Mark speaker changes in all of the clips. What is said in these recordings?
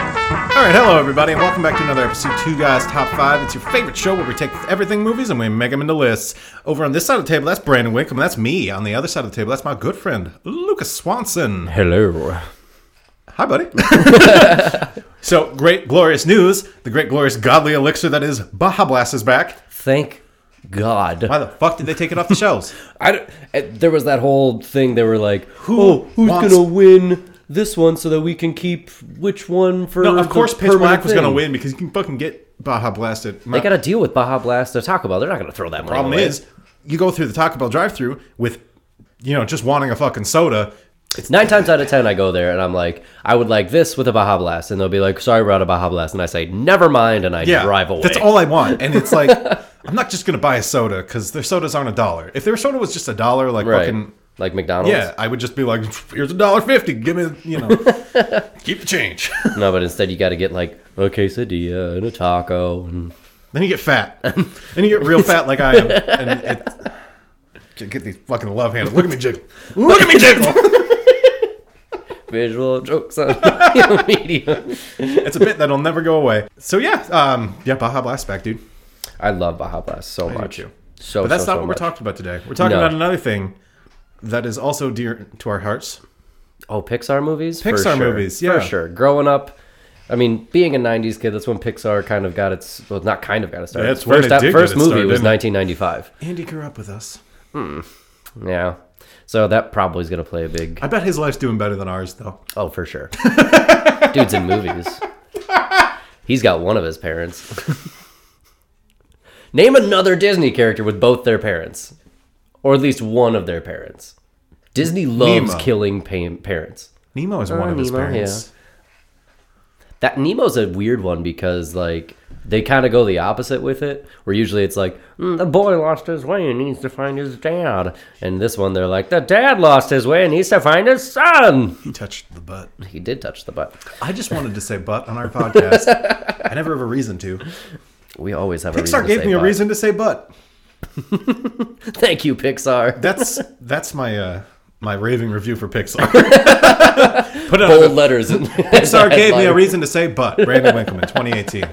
Speaker 1: right, hello everybody, and welcome back to another episode of Two Guys Top Five. It's your favorite show where we take everything movies and we make them into lists. Over on this side of the table, that's Brandon Wickham. That's me. On the other side of the table, that's my good friend Lucas Swanson.
Speaker 2: Hello.
Speaker 1: Hi, buddy. so great, glorious news! The great, glorious, godly elixir that is Baja Blast is back.
Speaker 2: Thank God.
Speaker 1: Why the fuck did they take it off the shelves?
Speaker 2: I don't- eh, there was that whole thing they were like,
Speaker 1: Who
Speaker 2: oh, who's
Speaker 1: wants-
Speaker 2: gonna win this one so that we can keep which one for?"
Speaker 1: No, of
Speaker 2: the
Speaker 1: course, Pitch
Speaker 2: permanent
Speaker 1: Black was going to
Speaker 2: thing?"
Speaker 1: win because you can fucking get Baja Blasted. My
Speaker 2: They got to deal with Baja Blast to Taco Bell. They're not gonna throw that money
Speaker 1: problem
Speaker 2: away.
Speaker 1: is, you go through the Taco Bell drive-through with, you know, just wanting a fucking soda. It's
Speaker 2: Nine times out of ten, I go there and I'm like, "I would like this with a Baja Blast," and they'll be like, "Sorry, we're out of Baja Blast," and I say, "Never mind," and I
Speaker 1: yeah,
Speaker 2: drive away.
Speaker 1: that's all I want. And it's like, I'm not just going to buy a soda because their sodas aren't a dollar. If their soda was just a dollar, like
Speaker 2: Right.
Speaker 1: fucking.
Speaker 2: like McDonald's.
Speaker 1: Yeah, I would just be like, here's a dollar fifty. Give me, you know, keep the change.
Speaker 2: No, but instead you got to get like a quesadilla and a taco and
Speaker 1: Then you get fat. then you get real fat like I am. And it, Get- get these fucking love handles. Look at me jiggle. Look at me jiggle.
Speaker 2: visual jokes on the medium.
Speaker 1: it's a bit that'll never go away. So yeah, um, yeah, Baja Blast back, dude.
Speaker 2: I love Baja Blast so
Speaker 1: How about
Speaker 2: much.
Speaker 1: you?
Speaker 2: So,
Speaker 1: but that's
Speaker 2: so,
Speaker 1: not
Speaker 2: so
Speaker 1: what
Speaker 2: much.
Speaker 1: we're talking about today. We're talking
Speaker 2: No.
Speaker 1: about another thing that is also dear to our hearts.
Speaker 2: Oh, Pixar movies. For
Speaker 1: Pixar
Speaker 2: sure.
Speaker 1: movies, yeah.
Speaker 2: for sure. Growing up, I mean, being a '90s kid, that's when Pixar kind of got its well, not kind of got its start.
Speaker 1: That's when
Speaker 2: first
Speaker 1: it did get
Speaker 2: first
Speaker 1: its
Speaker 2: movie
Speaker 1: start,
Speaker 2: was
Speaker 1: didn't it?
Speaker 2: 1995.
Speaker 1: Andy grew up with us.
Speaker 2: Yeah, so that probably is gonna play a big.
Speaker 1: I bet his life's doing better than ours, though.
Speaker 2: Oh, for sure. Dude's in movies. He's got one of his parents. Name another Disney character with both their parents, or at least one of their parents. Disney loves
Speaker 1: Nemo.
Speaker 2: killing pa- parents.
Speaker 1: Nemo is one of his
Speaker 2: Uh, Nemo,
Speaker 1: parents.
Speaker 2: That Nemo's a weird one because like they kind of go the opposite with it. Where usually it's like "Mm, the boy lost his way and needs to find his dad, and this one they're like the dad lost his way and needs to find his son.
Speaker 1: He touched the butt.
Speaker 2: He did touch the butt.
Speaker 1: I just wanted to say butt on our podcast. I never have a reason to.
Speaker 2: We always have a reason.
Speaker 1: Pixar
Speaker 2: to
Speaker 1: gave
Speaker 2: say
Speaker 1: me a
Speaker 2: butt.
Speaker 1: reason to say butt.
Speaker 2: Thank you, Pixar.
Speaker 1: That's that's my uh, my raving review for Pixar. Put it on
Speaker 2: Bold
Speaker 1: the,
Speaker 2: letters. In
Speaker 1: Pixar gave me a reason to say butt. Brandon Winkleman, 2018.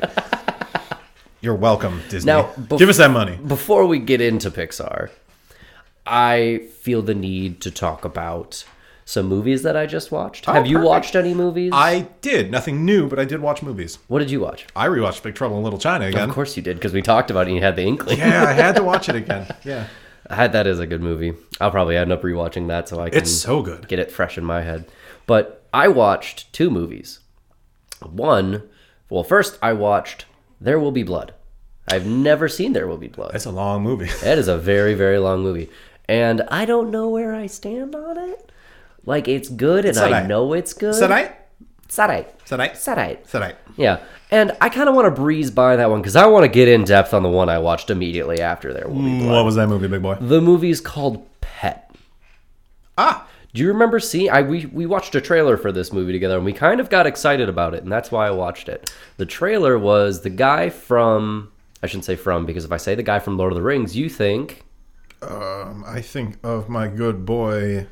Speaker 1: You're welcome, Disney.
Speaker 2: Now, bef-
Speaker 1: Give us that money.
Speaker 2: Before we get into Pixar, I feel the need to talk about some movies that I just watched. have you
Speaker 1: Oh, perfect.
Speaker 2: watched any movies?
Speaker 1: I did nothing new, but I did watch movies.
Speaker 2: What did you watch?
Speaker 1: I rewatched Big Trouble in Little China again.
Speaker 2: Of course you did, because we talked about it and you had the inkling.
Speaker 1: yeah, I had to watch it again. Yeah,
Speaker 2: I had that is a good movie. I'll probably end up rewatching that so I can
Speaker 1: it's so good.
Speaker 2: get it fresh in my head. But I watched two movies. One, well, first I watched There Will Be Blood. I've never seen There Will Be Blood.
Speaker 1: It's a long movie.
Speaker 2: That is a very, very long movie. And I don't know where I stand on it. Like, it's good, and I
Speaker 1: alright.
Speaker 2: know it's good.
Speaker 1: Is that right?
Speaker 2: It's alright.
Speaker 1: Is that right?
Speaker 2: It's alright.
Speaker 1: Is that right?
Speaker 2: Yeah. And I kind of want to breeze by that one because I want to get in depth on the one I watched immediately after there. Will
Speaker 1: Mm.
Speaker 2: Be Blood.
Speaker 1: What was that movie, big boy?
Speaker 2: The movie's called Pet.
Speaker 1: Ah,
Speaker 2: Do you remember seeing? I we we watched a trailer for this movie together, and we kind of got excited about it, and that's why I watched it. The trailer was the guy from I shouldn't say from because if I say the guy from Lord of the Rings, you think
Speaker 1: um, I think of my good boy.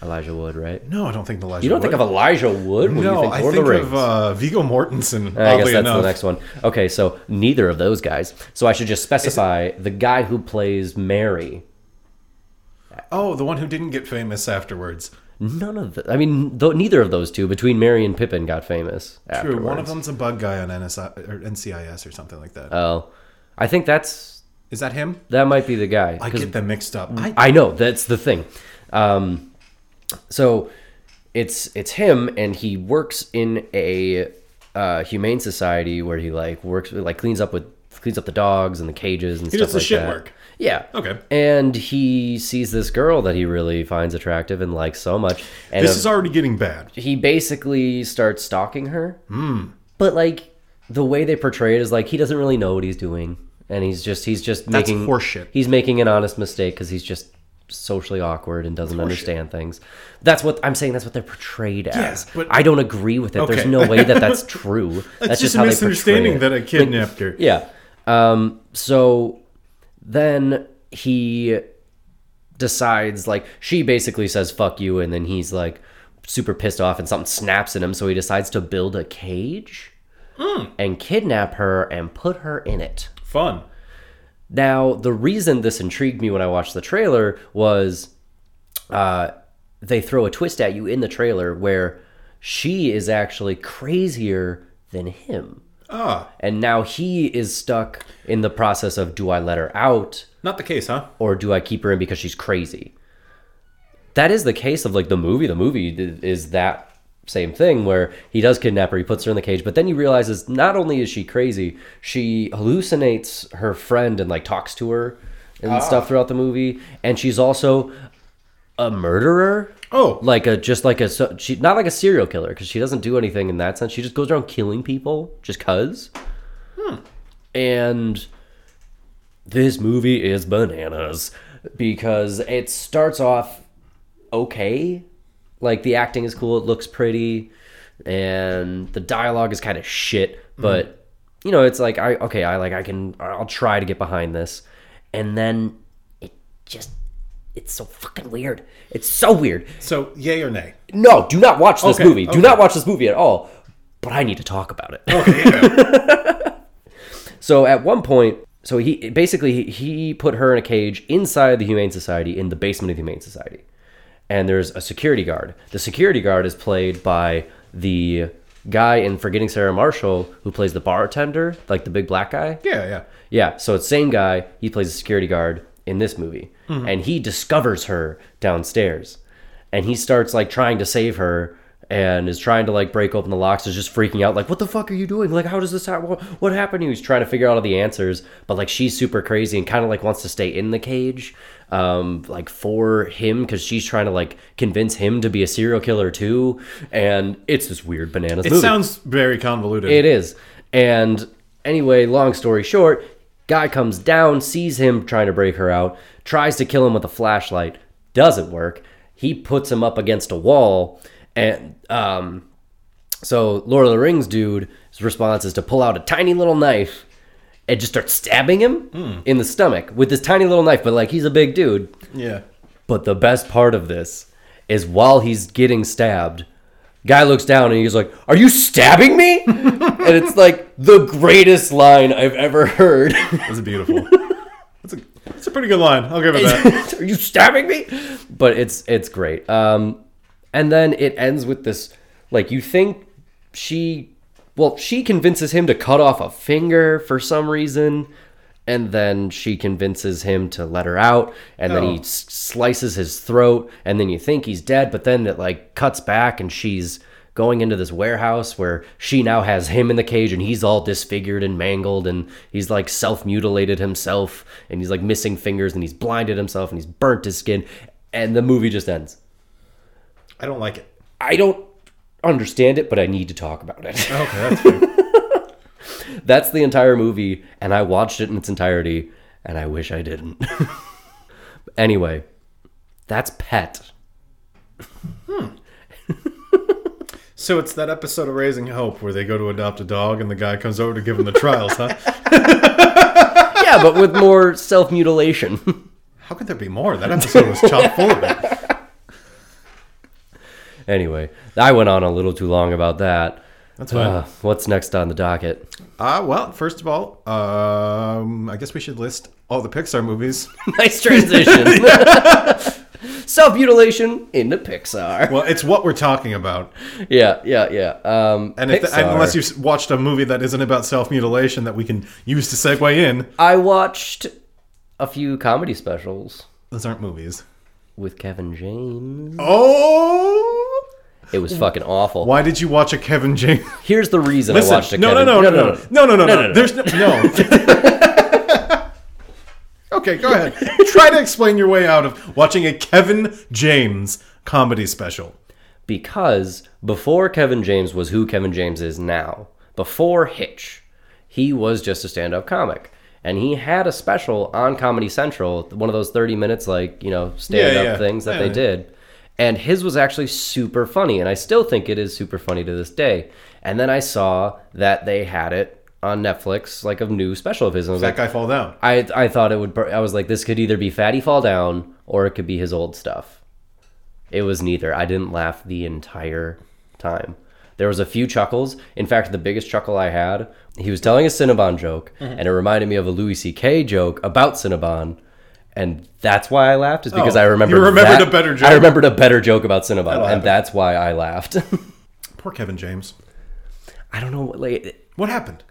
Speaker 2: Elijah Wood, right?
Speaker 1: No, I don't think Elijah.
Speaker 2: You don't think of Elijah Wood when you
Speaker 1: No,
Speaker 2: think
Speaker 1: I
Speaker 2: Lord
Speaker 1: think
Speaker 2: of the Rings.
Speaker 1: of uh, Vigo Mortensen.
Speaker 2: I guess
Speaker 1: oddly
Speaker 2: that's
Speaker 1: enough,
Speaker 2: the next one. Okay, so neither of those guys. So I should just specify the guy who plays Mary.
Speaker 1: oh, the one who didn't get famous afterwards.
Speaker 2: None of the. I mean, th- neither of those two between Mary and Pippin got famous.
Speaker 1: True,
Speaker 2: Afterwards.
Speaker 1: one of them's a bug guy on NSI or NCIS or something like that. Is
Speaker 2: Oh, I think that's
Speaker 1: that him?
Speaker 2: that might be the guy.
Speaker 1: I
Speaker 2: 'cause
Speaker 1: get them mixed up. I,
Speaker 2: I know that's the thing. Um, so it's it's him, and he works in a uh, humane society where he like works with- like cleans up with cleans up the dogs and the cages and
Speaker 1: He
Speaker 2: stuff
Speaker 1: does the
Speaker 2: like
Speaker 1: shit
Speaker 2: that.
Speaker 1: work.
Speaker 2: Yeah.
Speaker 1: Okay.
Speaker 2: And he sees this girl that he really finds attractive and likes so much, and
Speaker 1: this is already getting bad.
Speaker 2: he basically starts stalking her.
Speaker 1: Hmm.
Speaker 2: But like the way they portray it is like he doesn't really know what he's doing, and he's just he's just
Speaker 1: That's
Speaker 2: making
Speaker 1: horseshit.
Speaker 2: He's making an honest mistake because he's just socially awkward and doesn't understand things. That's what I'm saying. That's what they're portrayed as.
Speaker 1: but-
Speaker 2: I don't agree with it. There's
Speaker 1: Okay.
Speaker 2: no way that that's true. that's
Speaker 1: It's just, a
Speaker 2: how they portray
Speaker 1: misunderstanding
Speaker 2: it.
Speaker 1: that I kidnapped her.
Speaker 2: Yeah. Um, so then he decides, like, she basically says, fuck you. And then he's like, super pissed off and something snaps in him, so he decides to build a cage and kidnap her and put her in it.
Speaker 1: Fun.
Speaker 2: Now, the reason this intrigued me when I watched the trailer was uh, they throw a twist at you in the trailer where she is actually crazier than him.
Speaker 1: Ah,
Speaker 2: And now he is stuck in the process of do I let her out
Speaker 1: not the case, huh?
Speaker 2: or do I keep her in because she's crazy? That is the case of like the movie. The movie th- is that same thing where he does kidnap her, he puts her in the cage, but then he realizes not only is she crazy, she hallucinates her friend and like talks to her and stuff throughout the movie, and she's also a murderer.
Speaker 1: Oh,
Speaker 2: Like a just like a so- she not like a serial killer because she doesn't do anything in that sense. She just goes around killing people just cause. And this movie is bananas because it starts off okay. Like the acting is cool, it looks pretty, and the dialogue is kind of shit, but you know, it's like I okay, I like I can I'll try to get behind this. And then it just it's so fucking weird. It's so weird.
Speaker 1: so yay or nay?
Speaker 2: No, do not watch this
Speaker 1: Okay,
Speaker 2: movie.
Speaker 1: okay. Oh.
Speaker 2: Do not watch this movie at all. But I need to talk about it. so at one point, so he basically he- he put her in a cage inside the Humane Society in the basement of the Humane Society, and there's a security guard. The security guard is played by the guy in Forgetting Sarah Marshall who plays the bartender, like the big black guy.
Speaker 1: Yeah, yeah.
Speaker 2: Yeah, so it's same guy. He plays a security guard in this movie, and he discovers her downstairs, and he starts like trying to save her and is trying to like break open the locks. Is just freaking out, like, "What the fuck are you doing? Like, how does this happen? What, what happened to you?" He's trying to figure out all the answers, but like she's super crazy and kind of like wants to stay in the cage, um, like for him because she's trying to like convince him to be a serial killer too, and it's this weird bananas.
Speaker 1: It
Speaker 2: movie.
Speaker 1: sounds very convoluted.
Speaker 2: It is. And anyway, long story short, guy comes down, sees him trying to break her out, tries to kill him with a flashlight, doesn't work. He puts him up against a wall, and um, so Lord of the Rings dude's response is to pull out a tiny little knife and just start stabbing him in the stomach with this tiny little knife. But like he's a big dude,
Speaker 1: yeah.
Speaker 2: but the best part of this is while he's getting stabbed, guy looks down and he's like, "Are you stabbing me?" and it's like the greatest line I've ever heard.
Speaker 1: That's beautiful. That's a, that's a pretty good line. I'll give it that.
Speaker 2: Are you stabbing me? But it's it's great. Um, and then it ends with this like you think she well she convinces him to cut off a finger for some reason and then she convinces him to let her out and then
Speaker 1: Oh.
Speaker 2: he s- slices his throat and then you think he's dead but then it like cuts back and she's going into this warehouse where she now has him in the cage and he's all disfigured and mangled and he's like self-mutilated himself and he's like missing fingers and he's blinded himself and he's burnt his skin and the movie just ends
Speaker 1: I don't like it.
Speaker 2: I don't understand it, but I need to talk about it.
Speaker 1: Okay, that's fair.
Speaker 2: That's the entire movie, and I watched it in its entirety, and I wish I didn't. anyway, that's Pet.
Speaker 1: So it's that episode of Raising Hope where they go to adopt a dog and the guy comes over to give him the trials, huh?
Speaker 2: Yeah, but with more self mutilation.
Speaker 1: How could there be more? That episode was chopped full of it.
Speaker 2: anyway, I went on a little too long about that.
Speaker 1: That's fine.
Speaker 2: Uh, what's next on the docket?
Speaker 1: Uh, well, first of all, um, I guess we should list all the Pixar movies.
Speaker 2: nice transition. self mutilation into Pixar.
Speaker 1: Well, it's what we're talking about.
Speaker 2: Yeah, yeah, yeah. Um,
Speaker 1: And if
Speaker 2: Pixar.
Speaker 1: unless you've watched a movie that isn't about self mutilation that we can use to segue in,
Speaker 2: I watched a few comedy specials.
Speaker 1: those aren't movies.
Speaker 2: with Kevin James.
Speaker 1: Oh!
Speaker 2: It was fucking awful.
Speaker 1: Why did you watch a Kevin James?
Speaker 2: Here's the reason I watched a
Speaker 1: no,
Speaker 2: Kevin.
Speaker 1: no, no, no, no, no, no, no,
Speaker 2: No, no,
Speaker 1: no.
Speaker 2: no.
Speaker 1: There's no. no. okay, go ahead. Try to explain your way out of watching a Kevin James comedy special.
Speaker 2: Because before Kevin James was who Kevin James is now, before Hitch, he was just a stand-up comic. And he had a special on Comedy Central, one of those 30 minutes like, you know, stand-up
Speaker 1: yeah.
Speaker 2: things that
Speaker 1: Yeah,
Speaker 2: they
Speaker 1: yeah.
Speaker 2: did. And his was actually super funny, and I still think it is super funny to this day. And then I saw that they had it on Netflix, like a new special of his. And I was like,
Speaker 1: That guy fall down.
Speaker 2: I I thought it would. bur- I was like, this could either be Fatty Fall Down or it could be his old stuff. It was neither. I didn't laugh the entire time. There was a few chuckles. In fact, the biggest chuckle I had, he was telling a Cinnabon joke,
Speaker 1: Mm-hmm.
Speaker 2: and it reminded me of a Louis C.K. joke about Cinnabon, and that's why I laughed. Is because
Speaker 1: Oh,
Speaker 2: I remembered.
Speaker 1: you remembered
Speaker 2: that-
Speaker 1: a better joke.
Speaker 2: I remembered a better joke about Cinnabon,
Speaker 1: happen.
Speaker 2: and that's why I laughed.
Speaker 1: Poor Kevin James.
Speaker 2: I don't know what like
Speaker 1: What happened?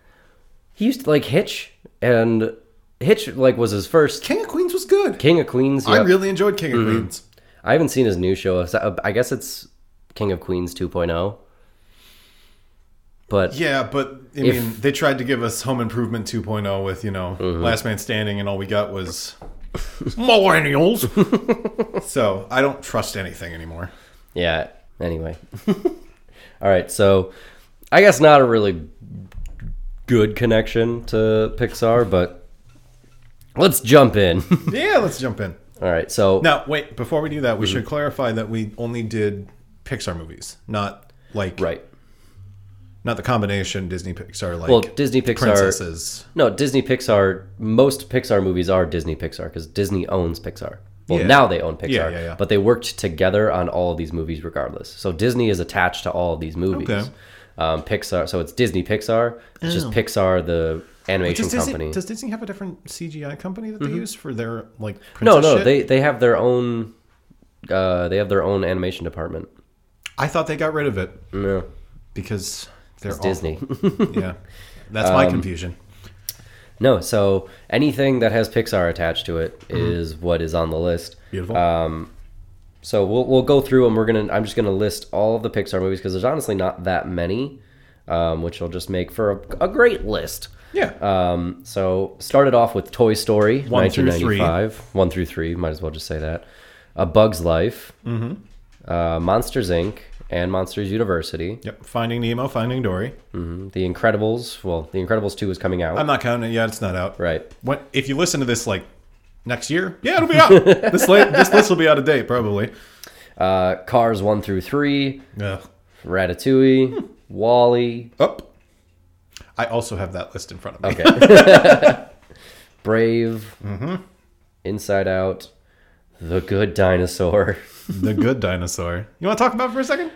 Speaker 2: he used to like Hitch, and Hitch like was his first
Speaker 1: King of Queens was good.
Speaker 2: King of Queens.
Speaker 1: I
Speaker 2: yeah.
Speaker 1: really enjoyed King of
Speaker 2: Mm-hmm.
Speaker 1: Queens.
Speaker 2: I haven't seen his new show. So, I guess it's King of Queens 2.0. But
Speaker 1: Yeah, but I
Speaker 2: If-
Speaker 1: mean, they tried to give us Home Improvement 2.0 with you know
Speaker 2: Mm-hmm.
Speaker 1: Last Man Standing, and all we got was millennials. so I don't trust anything anymore.
Speaker 2: yeah, anyway. All right, so I guess not a really good connection to Pixar, but let's jump in.
Speaker 1: Yeah, let's jump in.
Speaker 2: All right, so
Speaker 1: Now, wait, before we do that, we
Speaker 2: Mm-hmm.
Speaker 1: should clarify that we only did Pixar movies, not like
Speaker 2: right.
Speaker 1: not the combination Disney Pixar like
Speaker 2: Well, Disney Pixar
Speaker 1: princesses.
Speaker 2: No, Disney Pixar. Most Pixar movies are Disney Pixar because Disney owns Pixar. Well,
Speaker 1: Yeah.
Speaker 2: now they own Pixar,
Speaker 1: Yeah, yeah, yeah.
Speaker 2: but they worked together on all of these movies regardless. So Disney is attached to all of these movies.
Speaker 1: Okay.
Speaker 2: Um, Pixar. So it's Disney Pixar. It's just Pixar, the animation
Speaker 1: Does Disney,
Speaker 2: company.
Speaker 1: does Disney have a different CGI company that they use for their like
Speaker 2: no,
Speaker 1: princess
Speaker 2: no,
Speaker 1: shit?
Speaker 2: they they have their own. Uh, they have their own animation department.
Speaker 1: I thought they got rid of it
Speaker 2: No,
Speaker 1: because they're awful.
Speaker 2: Disney. Um,
Speaker 1: yeah, that's my confusion.
Speaker 2: no, so anything that has Pixar attached to it
Speaker 1: Mm-hmm.
Speaker 2: is what is on the list.
Speaker 1: Beautiful.
Speaker 2: uh, So we'll we'll go through them. We're gonna I'm just gonna list all of the Pixar movies because there's honestly not that many, um, which will just make for a, a great list.
Speaker 1: yeah.
Speaker 2: Um, so started off with Toy Story,
Speaker 1: One through three.
Speaker 2: 1995, one through three. Might as well just say that. A Bug's Life,
Speaker 1: Mm-hmm.
Speaker 2: uh, Monsters Inc. and Monsters University,
Speaker 1: yep. Finding Nemo, Finding Dory.
Speaker 2: Mhm. The Incredibles. Well, The Incredibles two is coming out,
Speaker 1: I'm not counting it yet. It's not out.
Speaker 2: right?
Speaker 1: What if you listen to this like next year? Yeah, it'll be out. this late, this list will be out of date probably.
Speaker 2: Uh, Cars one through three,
Speaker 1: Ugh.
Speaker 2: Ratatouille,
Speaker 1: Hmm.
Speaker 2: Wally,
Speaker 1: Up. I also have that list in front of me.
Speaker 2: Okay. Brave.
Speaker 1: Mm-hmm.
Speaker 2: Inside Out. The Good Dinosaur.
Speaker 1: the Good Dinosaur. You want to talk about it for a second?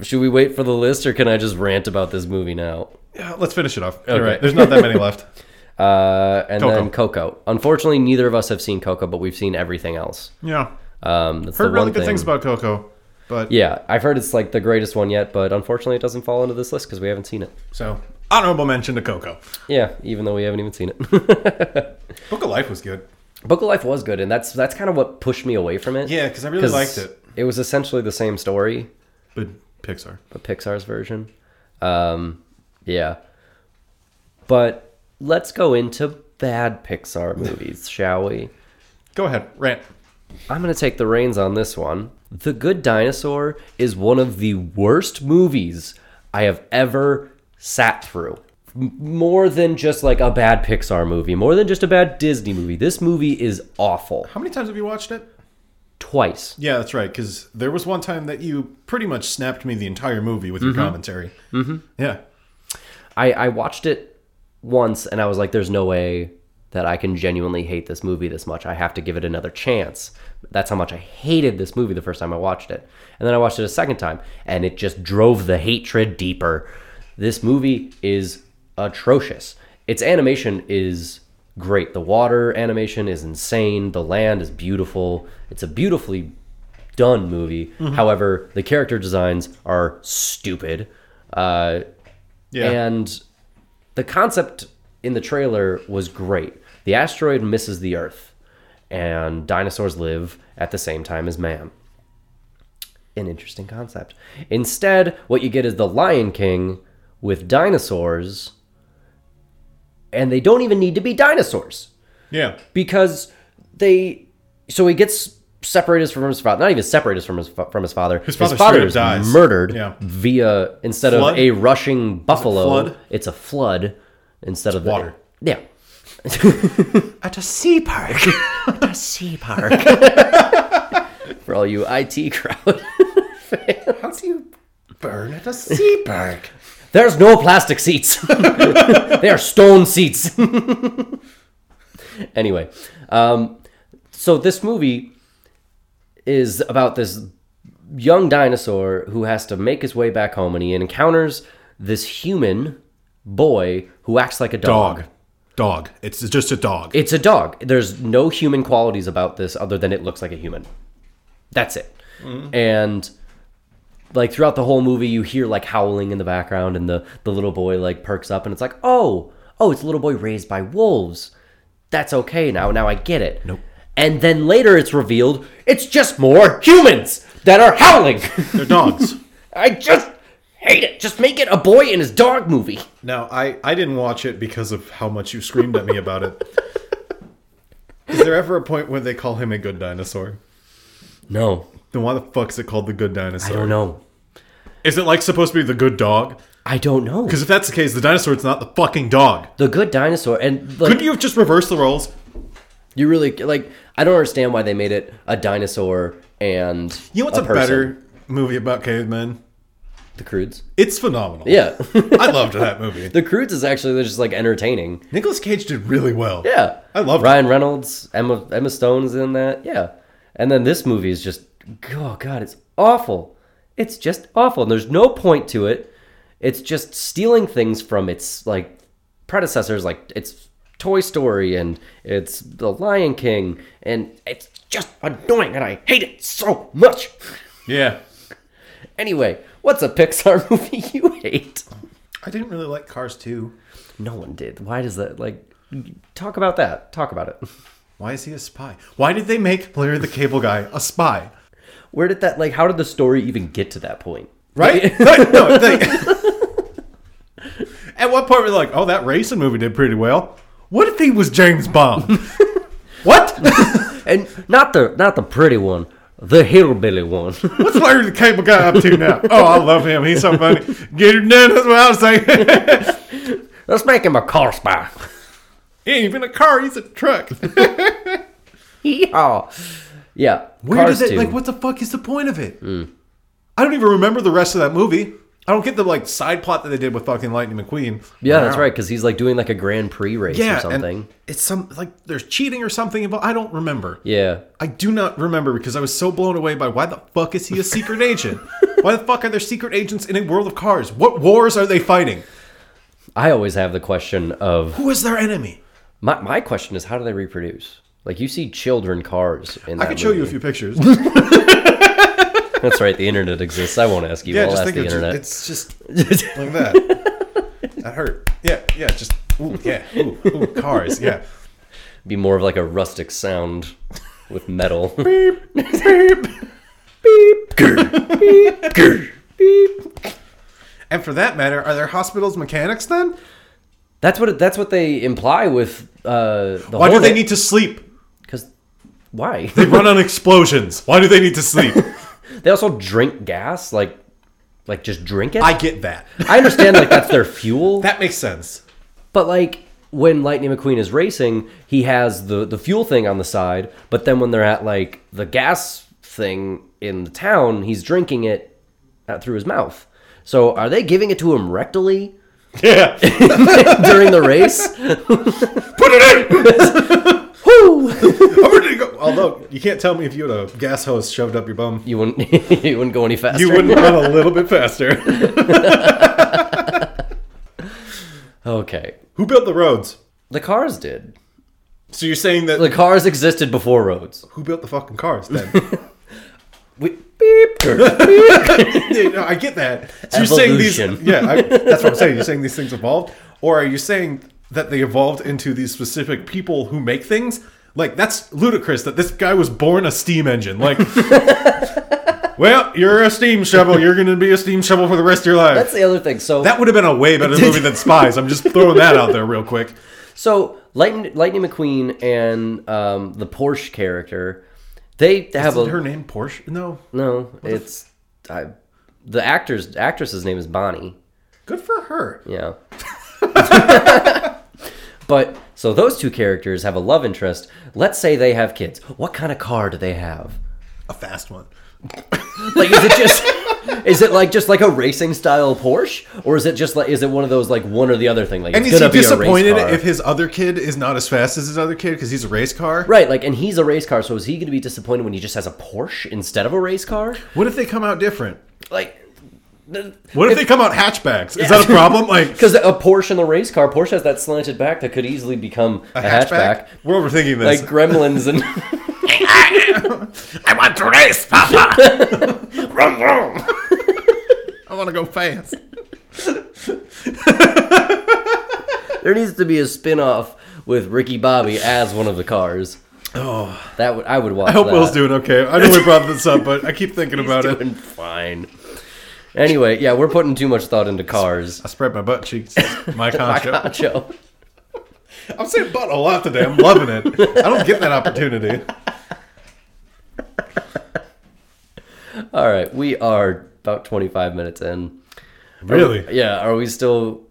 Speaker 2: Should we wait for the list or can I just rant about this movie now?
Speaker 1: Yeah, let's finish it off. All
Speaker 2: Okay.
Speaker 1: right. There's not that many left.
Speaker 2: Uh, and
Speaker 1: Coco.
Speaker 2: then Coco. Unfortunately, neither of us have seen Coco, but we've seen everything else.
Speaker 1: Yeah.
Speaker 2: Um, that's the
Speaker 1: Heard
Speaker 2: one
Speaker 1: really good
Speaker 2: thing.
Speaker 1: things about Coco, but
Speaker 2: yeah, I've heard it's like the greatest one yet, but unfortunately, it doesn't fall into this list because we haven't seen it.
Speaker 1: so honorable mention to Coco.
Speaker 2: Yeah, even though we haven't even seen it.
Speaker 1: Book of Life was good.
Speaker 2: Book of Life was good, and that's that's kind of what pushed me away from it.
Speaker 1: Yeah, because I really liked it.
Speaker 2: It was essentially the same story,
Speaker 1: But Pixar.
Speaker 2: but Pixar's version. Um, yeah. But let's go into bad Pixar movies, shall we?
Speaker 1: Go ahead, rant.
Speaker 2: I'm going to take the reins on this one. The Good Dinosaur is one of the worst movies I have ever sat through. M- More than just like a bad Pixar movie, more than just a bad Disney movie. This movie is awful.
Speaker 1: How many times have you watched it?
Speaker 2: Twice.
Speaker 1: Yeah, that's right. Because there was one time that you pretty much snapped me the entire movie with your commentary. Mm-hmm. Yeah.
Speaker 2: I, I watched it once and I was like, there's no way that I can genuinely hate this movie this much. I have to give it another chance. That's how much I hated this movie the first time I watched it. And then I watched it a second time and it just drove the hatred deeper. This movie is atrocious. Its animation is great. The water animation is insane. The land is beautiful. It's a beautifully done movie. However, the character designs are stupid. Uh,
Speaker 1: Yeah.
Speaker 2: and the concept in the trailer was great. The asteroid misses the Earth, and dinosaurs live at the same time as man. An interesting concept. Instead, what you get is the Lion King with dinosaurs, and they don't even need to be dinosaurs
Speaker 1: yeah.
Speaker 2: because they so he gets separated from his father not even separated from his fa- from his father his
Speaker 1: father
Speaker 2: father
Speaker 1: straight
Speaker 2: is
Speaker 1: up dies.
Speaker 2: murdered
Speaker 1: Yeah.
Speaker 2: via instead
Speaker 1: Flood?
Speaker 2: of a rushing buffalo
Speaker 1: flood?
Speaker 2: it's a flood instead of the-
Speaker 1: water.
Speaker 2: yeah
Speaker 1: At a sea park.
Speaker 2: sea park for all you IT crowd
Speaker 1: How do you burn at a sea park?
Speaker 2: There's no plastic seats. they are stone seats. anyway, um, so this movie is about this young dinosaur who has to make his way back home and he encounters this human boy who acts like a dog.
Speaker 1: Dog. Dog. It's just a dog.
Speaker 2: It's a dog. There's no human qualities about this other than it looks like a human. That's it. And like throughout the whole movie you hear like howling in the background and the the little boy like perks up and it's like, "Oh, oh, it's a little boy raised by wolves. That's okay now. Now I get it." Nope. And then later it's revealed it's just more humans that are howling.
Speaker 1: They're dogs.
Speaker 2: I just hate it. Just make it a boy and his dog movie.
Speaker 1: Now, I, I didn't watch it because of how much you screamed at me about it. Is there ever a point where they call him a good dinosaur?
Speaker 2: No.
Speaker 1: Then why the fuck's it called the good dinosaur?
Speaker 2: I don't know.
Speaker 1: Is it like supposed to be the good dog?
Speaker 2: I don't know.
Speaker 1: Because if that's the case, the dinosaur's not the fucking dog.
Speaker 2: The good dinosaur and like
Speaker 1: Couldn't you have just reversed the roles?
Speaker 2: you really like I don't understand why they made it a dinosaur and
Speaker 1: You know what's a,
Speaker 2: person.
Speaker 1: better movie about cavemen?
Speaker 2: the Croods.
Speaker 1: It's phenomenal.
Speaker 2: Yeah.
Speaker 1: I loved that movie.
Speaker 2: the Croods is actually just like entertaining.
Speaker 1: Nicolas Cage did really well.
Speaker 2: Yeah.
Speaker 1: I love it.
Speaker 2: Ryan Reynolds, Emma Emma Stone's in that. Yeah. And then this movie is just oh god, it's awful. It's just awful. And there's no point to it. It's just stealing things from its like predecessors like it's Toy Story and it's The Lion King and it's just annoying and I hate it so much.
Speaker 1: Yeah.
Speaker 2: Anyway, what's a Pixar movie you hate?
Speaker 1: I didn't really like Cars 2.
Speaker 2: No one did. Why does that like talk about that? Talk about it.
Speaker 1: Why is he a spy? Why did they make Larry the Cable Guy a spy?
Speaker 2: Where did that like how did the story even get to that point?
Speaker 1: Right? right? No, they- At what point were they like, oh, that racing movie did pretty well? What if he was James Bond? what?
Speaker 2: And not the not the pretty one, the hillbilly one.
Speaker 1: What's Larry the Cable Guy up to now? Oh, I love him. He's so funny. Get him done. That's what I was saying.
Speaker 2: Let's make him a car spy.
Speaker 1: he ain't even a car. He's a truck.
Speaker 2: Yeehaw. Yeah.
Speaker 1: Where does
Speaker 2: Cars
Speaker 1: it?
Speaker 2: Hmm. 2.
Speaker 1: Like, what the fuck is the point of it? I don't even remember the rest of that movie. I don't get the like side plot that they did with fucking Lightning McQueen.
Speaker 2: Yeah, that's right, because he's like doing like a Grand Prix race
Speaker 1: Yeah,
Speaker 2: or something.
Speaker 1: and it's some like there's cheating or something involved. I don't remember.
Speaker 2: yeah.
Speaker 1: I do not remember because I was so blown away by why the fuck is he a secret agent? Why the fuck are there secret agents in a world of cars? What wars are they fighting?
Speaker 2: I always have the question of
Speaker 1: Who is their enemy?
Speaker 2: my my question is how do they reproduce? Like you see children cars in
Speaker 1: I
Speaker 2: that
Speaker 1: could show you a
Speaker 2: movie.
Speaker 1: few pictures.
Speaker 2: That's right, the internet exists. I won't ask you.
Speaker 1: yeah,
Speaker 2: I'll
Speaker 1: just
Speaker 2: ask
Speaker 1: think of
Speaker 2: the internet.
Speaker 1: it's just like that. that hurt. Yeah, yeah, just ooh, yeah, ooh, ooh, cars, yeah.
Speaker 2: be more of like a rustic sound with metal.
Speaker 1: And for that matter, are there hospitals mechanics then?
Speaker 2: that's what it, that's what they imply with uh, the
Speaker 1: Why do they need to sleep?
Speaker 2: Because why?
Speaker 1: They run on explosions. Why do they need to sleep?
Speaker 2: they also drink gas, like like just drink it.
Speaker 1: I get that.
Speaker 2: I understand like that's their fuel,
Speaker 1: That makes sense.
Speaker 2: but like when Lightning McQueen is racing, he has the the fuel thing on the side, but then when they're at like the gas thing in the town, he's drinking it out through his mouth. So are they giving it to him rectally
Speaker 1: Yeah.
Speaker 2: during the race?
Speaker 1: Put it in.
Speaker 2: Woo!
Speaker 1: I'm ready to go. Although you can't tell me if you had a gas hose shoved up your bum,
Speaker 2: You wouldn't you wouldn't go any faster.
Speaker 1: you wouldn't run a little bit faster.
Speaker 2: Okay.
Speaker 1: Who built the roads?
Speaker 2: The cars did.
Speaker 1: So you're saying that
Speaker 2: The cars existed before roads.
Speaker 1: who built the fucking cars then?
Speaker 2: We, beep.
Speaker 1: Yeah, no, I get that. So you're saying these,
Speaker 2: Evolution.
Speaker 1: yeah, I, that's what I'm saying. You're saying these things evolved, or are you saying that they evolved into these specific people who make things? Like that's ludicrous that this guy was born a steam engine. Like, well, you're a steam shovel. You're going to be a steam shovel for the rest of your life.
Speaker 2: That's the other thing. So
Speaker 1: that would have been a way better movie than Spies. I'm just throwing that out there real quick.
Speaker 2: so Lightning Lightning McQueen and um, the Porsche character, they have
Speaker 1: Is
Speaker 2: a
Speaker 1: her name Porsche? No,
Speaker 2: no. It's I, the actor's actress's name is Bonnie.
Speaker 1: good for her.
Speaker 2: Yeah. but so those two characters have a love interest. Let's say they have kids. What kind of car do they have?
Speaker 1: A fast one.
Speaker 2: Like, is it just Is it like just like a racing style Porsche, or is it just like is it one of those like one or the other thing? Like
Speaker 1: And
Speaker 2: it's
Speaker 1: is he
Speaker 2: gonna be a race
Speaker 1: disappointed
Speaker 2: car.
Speaker 1: if his other kid is not as fast as his other kid because he's a race car?
Speaker 2: Right, like, and he's a race car, so is he going to be disappointed when he just has a Porsche instead of a race car?
Speaker 1: What if they come out different?
Speaker 2: Like,
Speaker 1: What if, they come out hatchbacks? Is that a problem? Like
Speaker 2: because a Porsche and the race car, Porsche has that slanted back that could easily become a, hatchback,
Speaker 1: We're overthinking this.
Speaker 2: like Gremlins and
Speaker 1: I want to race, Papa. Vroom, vroom. I want to go fast.
Speaker 2: There needs to be a spin-off with Ricky Bobby as one of the cars. Oh, that would I would watch.
Speaker 1: I hope
Speaker 2: that.
Speaker 1: Will's doing okay. I know we brought this up, but I keep thinking
Speaker 2: He's
Speaker 1: about it.
Speaker 2: doing fine. Anyway, yeah, we're putting too much thought into cars.
Speaker 1: I spread my butt cheeks. My concho.
Speaker 2: Macho.
Speaker 1: I'm saying butt a lot today. I'm loving it. I don't get that opportunity.
Speaker 2: All right, we are about twenty-five minutes in.
Speaker 1: Really?
Speaker 2: Yeah, are we still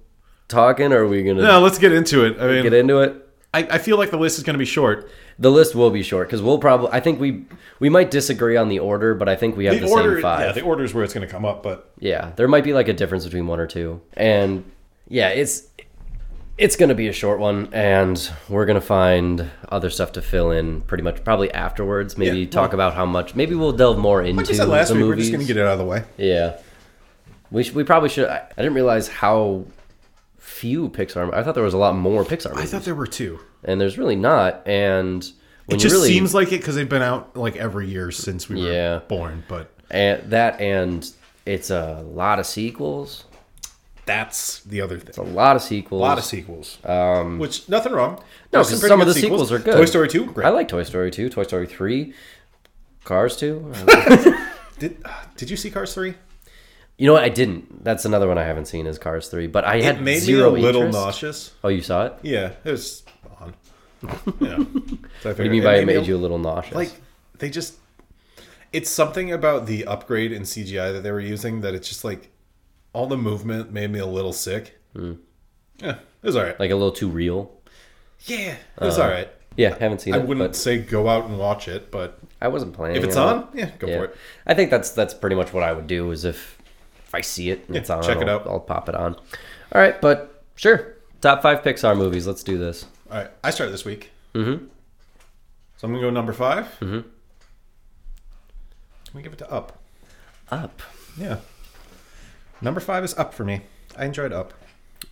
Speaker 2: talking? Or are we gonna
Speaker 1: No, let's get into it. I mean,
Speaker 2: get into it?
Speaker 1: I, I feel like the list is going to be short.
Speaker 2: The list will be short because we'll probably. I think we we might disagree on the order, but I think we have
Speaker 1: The,
Speaker 2: the,
Speaker 1: order,
Speaker 2: same five.
Speaker 1: yeah, the order is where it's going to come up, but
Speaker 2: Yeah, there might be like a difference between one or two. And yeah, it's it's going to be a short one and we're going to find other stuff to fill in pretty much probably afterwards. Maybe
Speaker 1: Yeah,
Speaker 2: talk about how much. Maybe we'll delve more into
Speaker 1: like I said last
Speaker 2: the
Speaker 1: week, we're
Speaker 2: movies.
Speaker 1: just going to get it out of the way.
Speaker 2: Yeah. We sh- we probably should I, I didn't realize how few Pixar I thought there was a lot more Pixar
Speaker 1: I
Speaker 2: movies.
Speaker 1: thought there were two.
Speaker 2: and there's really not and when
Speaker 1: It
Speaker 2: you
Speaker 1: just
Speaker 2: really
Speaker 1: seems like it because they've been out like every year since we were
Speaker 2: Yeah.
Speaker 1: born, but
Speaker 2: and that and it's a lot of sequels.
Speaker 1: that's the other thing.
Speaker 2: A lot of sequels.
Speaker 1: A lot of sequels. Which nothing wrong.
Speaker 2: Um, No,
Speaker 1: There's
Speaker 2: 'cause
Speaker 1: pretty
Speaker 2: some of
Speaker 1: good
Speaker 2: the sequels are good.
Speaker 1: Toy Story two, great.
Speaker 2: I like Toy Story 2, Toy Story 3, Cars 2.
Speaker 1: did uh, Did you see Cars three?
Speaker 2: you know what? I didn't. That's another one I haven't seen is Cars 3, but I had
Speaker 1: It made me a
Speaker 2: zero
Speaker 1: little
Speaker 2: interest.
Speaker 1: nauseous.
Speaker 2: Oh, you saw it? What
Speaker 1: Yeah, it was on. Yeah. what
Speaker 2: do you mean by it made you a little nauseous?
Speaker 1: Like they just, it's something about the upgrade in CGI that they were using that it's just like all the movement made me a little sick. Yeah, it was all right.
Speaker 2: Hmm. like uh, a little too real?
Speaker 1: yeah, it was all right.
Speaker 2: Yeah, haven't seen
Speaker 1: I
Speaker 2: it,
Speaker 1: wouldn't
Speaker 2: but
Speaker 1: say go out and watch it, but
Speaker 2: I wasn't planning
Speaker 1: if it's
Speaker 2: on it.
Speaker 1: on, yeah, go
Speaker 2: Yeah.
Speaker 1: for it.
Speaker 2: I think that's that's pretty much what I would do is if if I see it and it's on,
Speaker 1: check
Speaker 2: I'll,
Speaker 1: it out.
Speaker 2: I'll pop it on. All right, but sure. Top 5 Pixar movies. Let's do this.
Speaker 1: All right, I start this week. Mm-hmm. So I'm gonna go number 5 Mm-hmm. I'm gonna give it to Up.
Speaker 2: Up.
Speaker 1: Yeah, number five is Up for me. I enjoyed Up.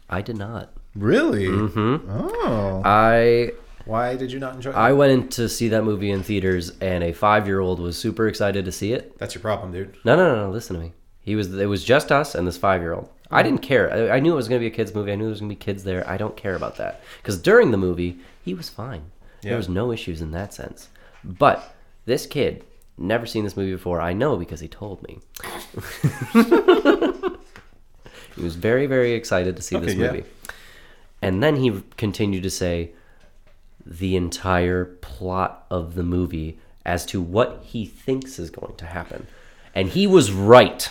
Speaker 2: I did not.
Speaker 1: Really? Mm-hmm. Oh,
Speaker 2: I
Speaker 1: why did you not enjoy? Up?
Speaker 2: I went in to see that movie in theaters, and a five-year-old was super excited to see it.
Speaker 1: That's your problem, dude.
Speaker 2: No, no, no, no. Listen to me. He was. It was just us and this five-year-old. I didn't care. I, I knew it was going to be a kids' movie. I knew there was going to be kids there. I don't care about that because during the movie, he was fine.
Speaker 1: Yeah.
Speaker 2: There was no issues in that sense. But this kid never seen this movie before. I know because he told me. he was very, very excited to see this
Speaker 1: Okay, yeah.
Speaker 2: movie, and then he continued to say the entire plot of the movie as to what he thinks is going to happen. And he was right.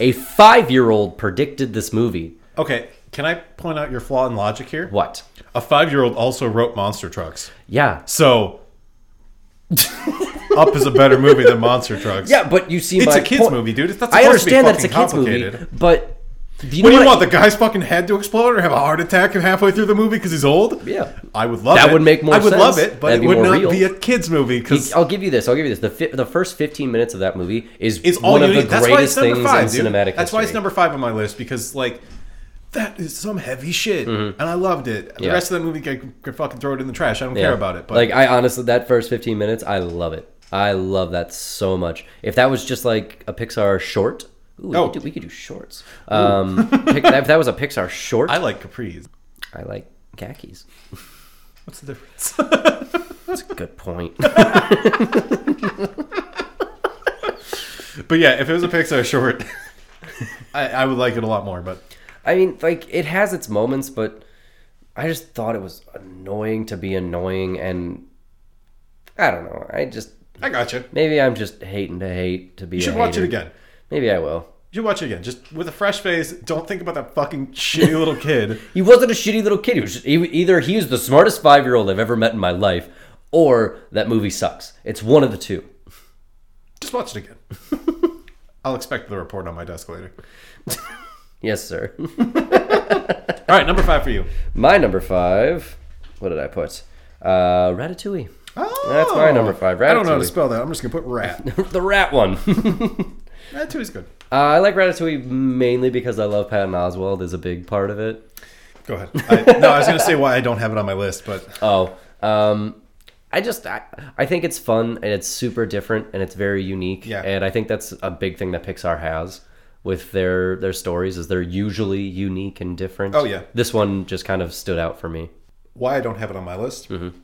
Speaker 2: A five year old predicted this movie.
Speaker 1: Okay, can I point out your flaw in logic here?
Speaker 2: What?
Speaker 1: A five-year-old also wrote Monster Trucks,
Speaker 2: Yeah.
Speaker 1: so Up is a better movie than Monster Trucks.
Speaker 2: Yeah, but you see,
Speaker 1: it's
Speaker 2: my
Speaker 1: a kids'
Speaker 2: point-
Speaker 1: movie, dude. It's not
Speaker 2: I
Speaker 1: supposed
Speaker 2: understand
Speaker 1: to
Speaker 2: that
Speaker 1: be
Speaker 2: it's a
Speaker 1: fucking
Speaker 2: kids movie,
Speaker 1: complicated.
Speaker 2: but do you
Speaker 1: What
Speaker 2: know
Speaker 1: do you
Speaker 2: what?
Speaker 1: want? The guy's fucking head to explode or have a heart attack halfway through the movie because he's old?
Speaker 2: Yeah.
Speaker 1: I would love it.
Speaker 2: That would make more
Speaker 1: I would
Speaker 2: sense.
Speaker 1: love it, but
Speaker 2: That'd
Speaker 1: it
Speaker 2: be
Speaker 1: would
Speaker 2: more
Speaker 1: not
Speaker 2: real.
Speaker 1: be a kids' movie because
Speaker 2: I'll give you this. I'll give you this. The fi- the first fifteen minutes of that movie is
Speaker 1: it's all
Speaker 2: one
Speaker 1: you
Speaker 2: of the
Speaker 1: need. That's why it's
Speaker 2: greatest
Speaker 1: number
Speaker 2: things
Speaker 1: five,
Speaker 2: in
Speaker 1: dude.
Speaker 2: cinematic
Speaker 1: That's why it's
Speaker 2: history.
Speaker 1: number five on my list because like that is some heavy shit, and I loved it. The
Speaker 2: Mm-hmm. Yeah.
Speaker 1: rest of that movie could, could fucking throw it in the trash. I don't care
Speaker 2: Yeah.
Speaker 1: about it. But
Speaker 2: like I honestly, that first fifteen minutes, I love it. I love that so much. If that was just like a Pixar short, ooh, we,
Speaker 1: Oh.
Speaker 2: could do, we could do shorts. Um, pic, if that was a Pixar short,
Speaker 1: I
Speaker 2: I,
Speaker 1: like capris.
Speaker 2: like khakis.
Speaker 1: What's the difference?
Speaker 2: That's a good point.
Speaker 1: but yeah, if it was a Pixar short, I, I would like it a lot more. But
Speaker 2: I mean, like it has its moments, but I just thought it was annoying to be annoying, and I don't know. I just
Speaker 1: I got you. You
Speaker 2: maybe I'm just hating to hate to be. You
Speaker 1: should watch it again.
Speaker 2: Maybe I will.
Speaker 1: You should watch it again, just with a fresh face. Don't think about that fucking shitty little kid.
Speaker 2: He wasn't a shitty little kid. He was just, he, either he was the smartest five year old I've ever met in my life, or that movie sucks. It's one of the two.
Speaker 1: Just watch it again. I'll expect the report on my desk later.
Speaker 2: Yes, sir.
Speaker 1: All right, number five for you.
Speaker 2: my number five. What did I put? Uh, Ratatouille.
Speaker 1: Oh,
Speaker 2: That's my number five,
Speaker 1: I don't know how to
Speaker 2: Ratatouille.
Speaker 1: spell that. I'm just gonna put rat.
Speaker 2: the rat one.
Speaker 1: Ratatouille's good.
Speaker 2: Uh, I like Ratatouille mainly because I love Patton Oswald is a big part of it.
Speaker 1: Go ahead. I, no, I was gonna say why I don't have it on my list, but
Speaker 2: Oh, um, I just I, I think it's fun and it's super different and it's very unique.
Speaker 1: Yeah.
Speaker 2: And I think that's a big thing that Pixar has with their their stories is they're usually unique and different.
Speaker 1: Oh, yeah.
Speaker 2: This one just kind of stood out for me.
Speaker 1: why I don't have it on my list.
Speaker 2: Mm-hmm.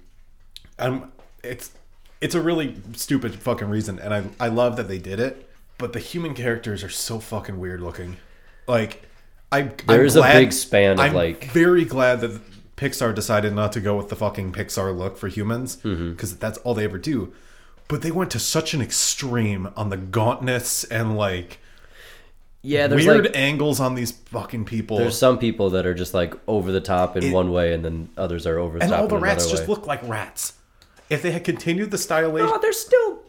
Speaker 1: Um, it's it's a really stupid fucking reason, and I I love that they did it, but the human characters are so fucking weird looking. Like, I
Speaker 2: There
Speaker 1: I'm
Speaker 2: is a
Speaker 1: glad-
Speaker 2: big span of,
Speaker 1: I'm
Speaker 2: like-
Speaker 1: very glad that Pixar decided not to go with the fucking Pixar look for humans because
Speaker 2: Mm-hmm.
Speaker 1: that's all they ever do. But they went to such an extreme on the gauntness and like
Speaker 2: Yeah, there's
Speaker 1: weird
Speaker 2: like
Speaker 1: angles on these fucking people.
Speaker 2: there's some people that are just like over the top in one way and then others are over the
Speaker 1: and
Speaker 2: top
Speaker 1: all the
Speaker 2: in
Speaker 1: rats
Speaker 2: another
Speaker 1: just
Speaker 2: way.
Speaker 1: look like rats. If they had continued the stylization,
Speaker 2: Oh, they're still